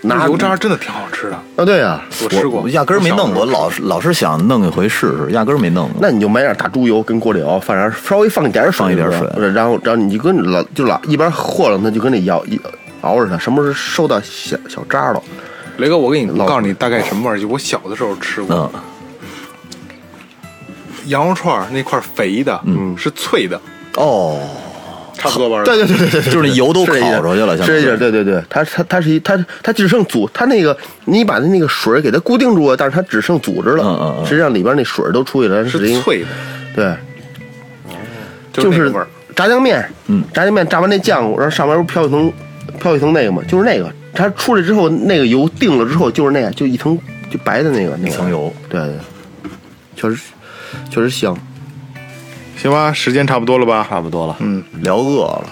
S6: 拿
S5: 嗯
S4: 那油渣真的挺好吃的，
S6: 啊，对呀，
S4: 我吃过，
S5: 我压根儿没弄过，
S4: 我小时候
S5: 老是老是想弄一回试试，压根儿没弄过。
S6: 那你就买点大猪油跟锅里熬，放点稍微放一点水，
S5: 放一点水
S6: 对然后然后你就跟老就老一边和了它，就跟那摇一熬着它，什么时候收到小小渣了，
S4: 雷哥，我给你
S6: 老
S4: 告诉你大概什么味儿，就我小的时候吃过
S5: 嗯，
S4: 羊肉串儿那块儿肥的，嗯，是脆的，
S5: 哦，
S4: 差不多吧？
S6: 对对对对对，
S5: 就是那油都
S6: 是这意思
S5: 烤出去了，像
S6: 是
S5: 是
S6: 一点，对对对，它它它是一它它只剩组，它那个你把它那个水给它固定住了，但是它只剩组织了，
S5: 嗯嗯嗯
S6: 实际上里边那水都出去了，只
S4: 是
S6: 因
S4: 脆的，
S6: 对，
S4: 就
S6: 就是
S4: 那个味儿。
S6: 炸酱面，嗯，炸酱面炸完那酱，然后上面不飘一层飘一层那个嘛，就是那个，它出来之后那个油定了之后就是那样，就一层就白的那个那
S5: 一层
S6: 个，
S5: 油。
S6: 对对，确实确实香，
S4: 行吧，时间差不多了吧？
S3: 差不多了。
S5: 聊饿了，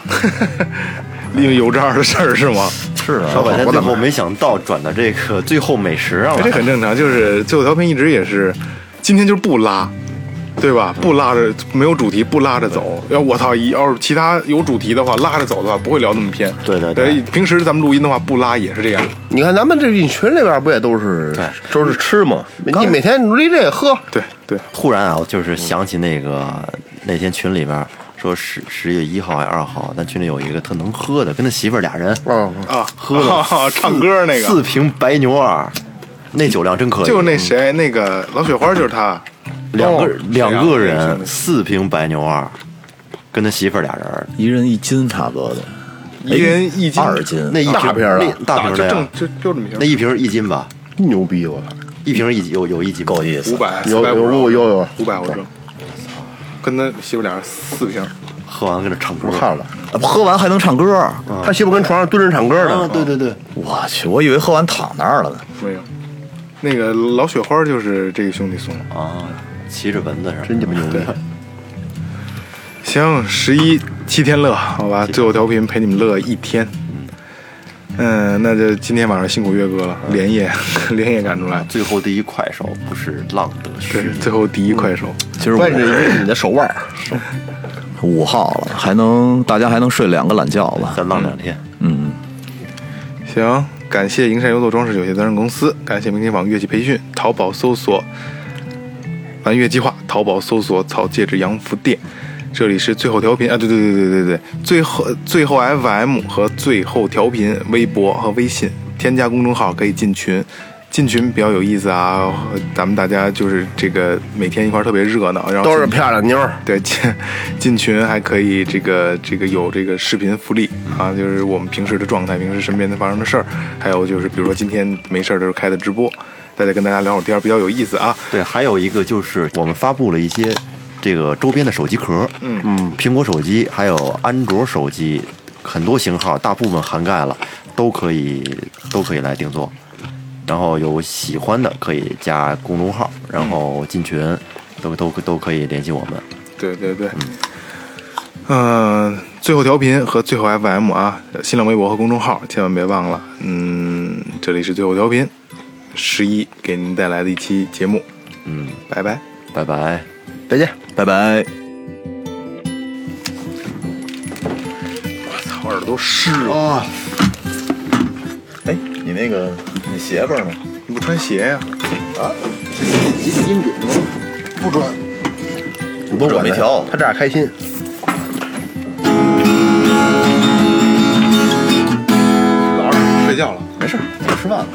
S4: 因为有这样的事儿是吗？
S5: 是啊，
S3: 说半天，最后没想到转到这个最后美食上
S4: 哎
S3: 了
S4: 这。很正常，就是最后调频一直也是，今天就是不拉，对吧？不拉着没有主题，不拉着走。要我操，要是其他有主题的话，拉着走的话，不会聊那么偏。
S3: 对对对
S4: 呃平时咱们录音的话，不拉也是这样。
S6: 你看咱们这一群里边不也都是
S3: 对
S6: 都是吃嘛，你每天你离这喝，
S4: 对对，
S3: 突然啊，我就是想起那个那天群里边说十十月一号还是二号，咱群里有一个特能喝的，跟他媳妇儿俩人
S6: 嗯，
S4: 啊，
S3: 喝了四、
S4: 唱歌那
S3: 四
S4: 个，
S3: 瓶白牛二，那酒量真可以，
S4: 就是那谁，那个老雪花就是
S3: 哎
S4: 他，
S3: 两个
S4: 哦
S3: 两个
S4: 谁啊
S3: 人四瓶白牛二，跟他媳妇儿俩人，
S5: 一人一斤差不多的，
S4: 一人一斤，
S5: 二斤，
S3: 那一瓶啊
S6: 大瓶儿的
S3: 那大
S4: 大
S3: 瓶
S4: 就
S3: 的呀
S4: 正，就就这么
S3: 那
S4: 一
S3: 一瓶一斤吧，
S6: 牛逼我操，
S3: 一瓶一有有一斤吧
S5: 够意思。
S4: 五哎百，
S6: 有有有有有
S4: 五百，我扔。跟他媳妇俩人四瓶，
S3: 喝完跟着唱歌
S6: 我，看了，
S5: 啊
S6: 嗯
S5: 喝完还能唱歌，
S6: 他媳妇跟床上蹲着唱歌
S3: 啊，
S6: 呢，嗯
S3: 对对对，
S5: 我去，我以为喝完躺那儿了呢。
S4: 没有。那个老雪花就是这个兄弟送的。
S3: 啊，骑着蚊子是吧
S6: 真鸡巴牛逼，
S4: 行，十一七天乐，好吧，最后调频陪你们乐一天。嗯，那就今天晚上辛苦岳哥了，连夜 连夜赶出来，
S3: 最后第一快手不是浪得
S4: 对
S3: 虚，名
S4: 最后第一快手，
S5: 其实
S6: 关键
S5: 我
S6: 是你的手腕儿，
S5: 五号了，还能大家还能睡两个懒觉吧？
S3: 咱浪两天。
S5: 嗯，
S4: 行，感谢营山优作装饰有限责任公司，感谢明天网乐器培训，淘宝搜索“蓝月计划”，淘宝搜索“草戒指洋服店”。这里是最后调频啊，对对对对对对，最后最后 FM 和最后调频微博和微信，添加公众号可以进群，进群比较有意思啊，咱们大家就是这个每天一块儿特别热闹，然后
S6: 都是
S4: 进
S6: 漂亮妞儿，
S4: 对，进进群还可以这个这个有这个视频福利啊，就是我们平时的状态，平时身边的发生的事儿，还有就是比如说今天没事儿的时候开的直播，大家跟大家聊会儿天儿比较有意思啊。
S3: 对，还有一个就是我们发布了一些这个周边的手机壳，嗯嗯，苹果手机还有安卓手机，很多型号大部分涵盖了，都可以都可以来定做。然后有喜欢的可以加公众号，然后进群，都都都可以联系我们。
S4: 对对对，嗯、最后调频和最后 FM 啊，新浪微博和公众号千万别忘了。嗯，这里是最后调频，十一给您带来的一期节目，
S3: 嗯，
S4: 拜拜。
S3: 拜拜。
S6: 再见。
S5: 拜拜。
S4: 操，耳朵湿了，
S6: 啊，
S5: 哎，你那个你鞋子呢？
S4: 你不穿鞋呀、
S6: 你音准吗？不准，我
S5: 我没调
S6: 他这样开心。
S4: 老二睡觉了，
S5: 没事，我吃饭了，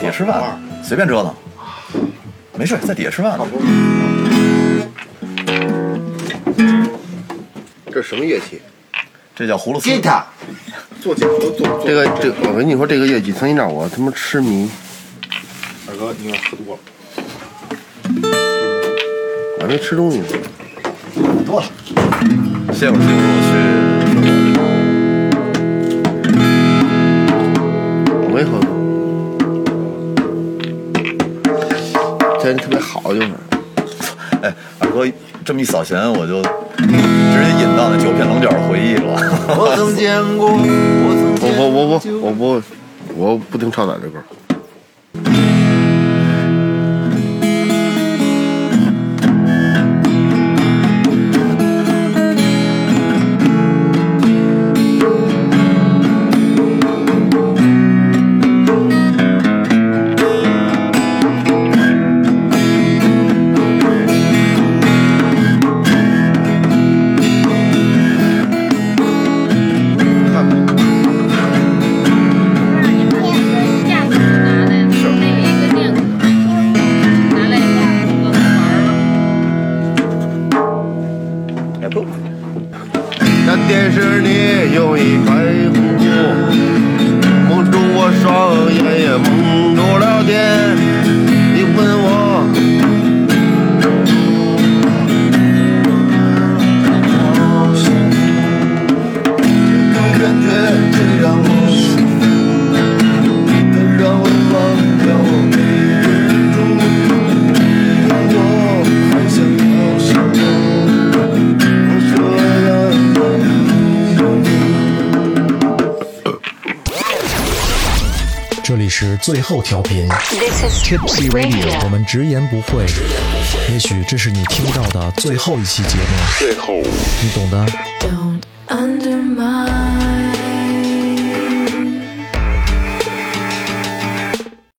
S5: 底下吃饭了，随便折腾，没事，在底下吃饭呢。
S6: 这是什么乐器？
S5: 这叫葫芦丝。
S4: 做节目都做。做
S6: 这个这，我跟你说，这个乐器曾经让我他妈痴迷。
S4: 二哥，你有点喝多了。
S6: 我还没吃东西呢。
S5: 多了。歇会儿，歇会儿，我去。
S6: 我没喝过。现在特别好就是，
S5: 哎，二哥这么一扫弦，我就直接引到那九片棱角的回忆了。
S3: 我曾见过，我
S6: 我我我我我不我不听超载这歌。
S7: 最后调频。
S8: This is
S7: Tipsy
S8: Radio.
S7: 我们直言不讳，也许这是你听到的最后一期节目，最后，你懂的。
S9: Don't undermine.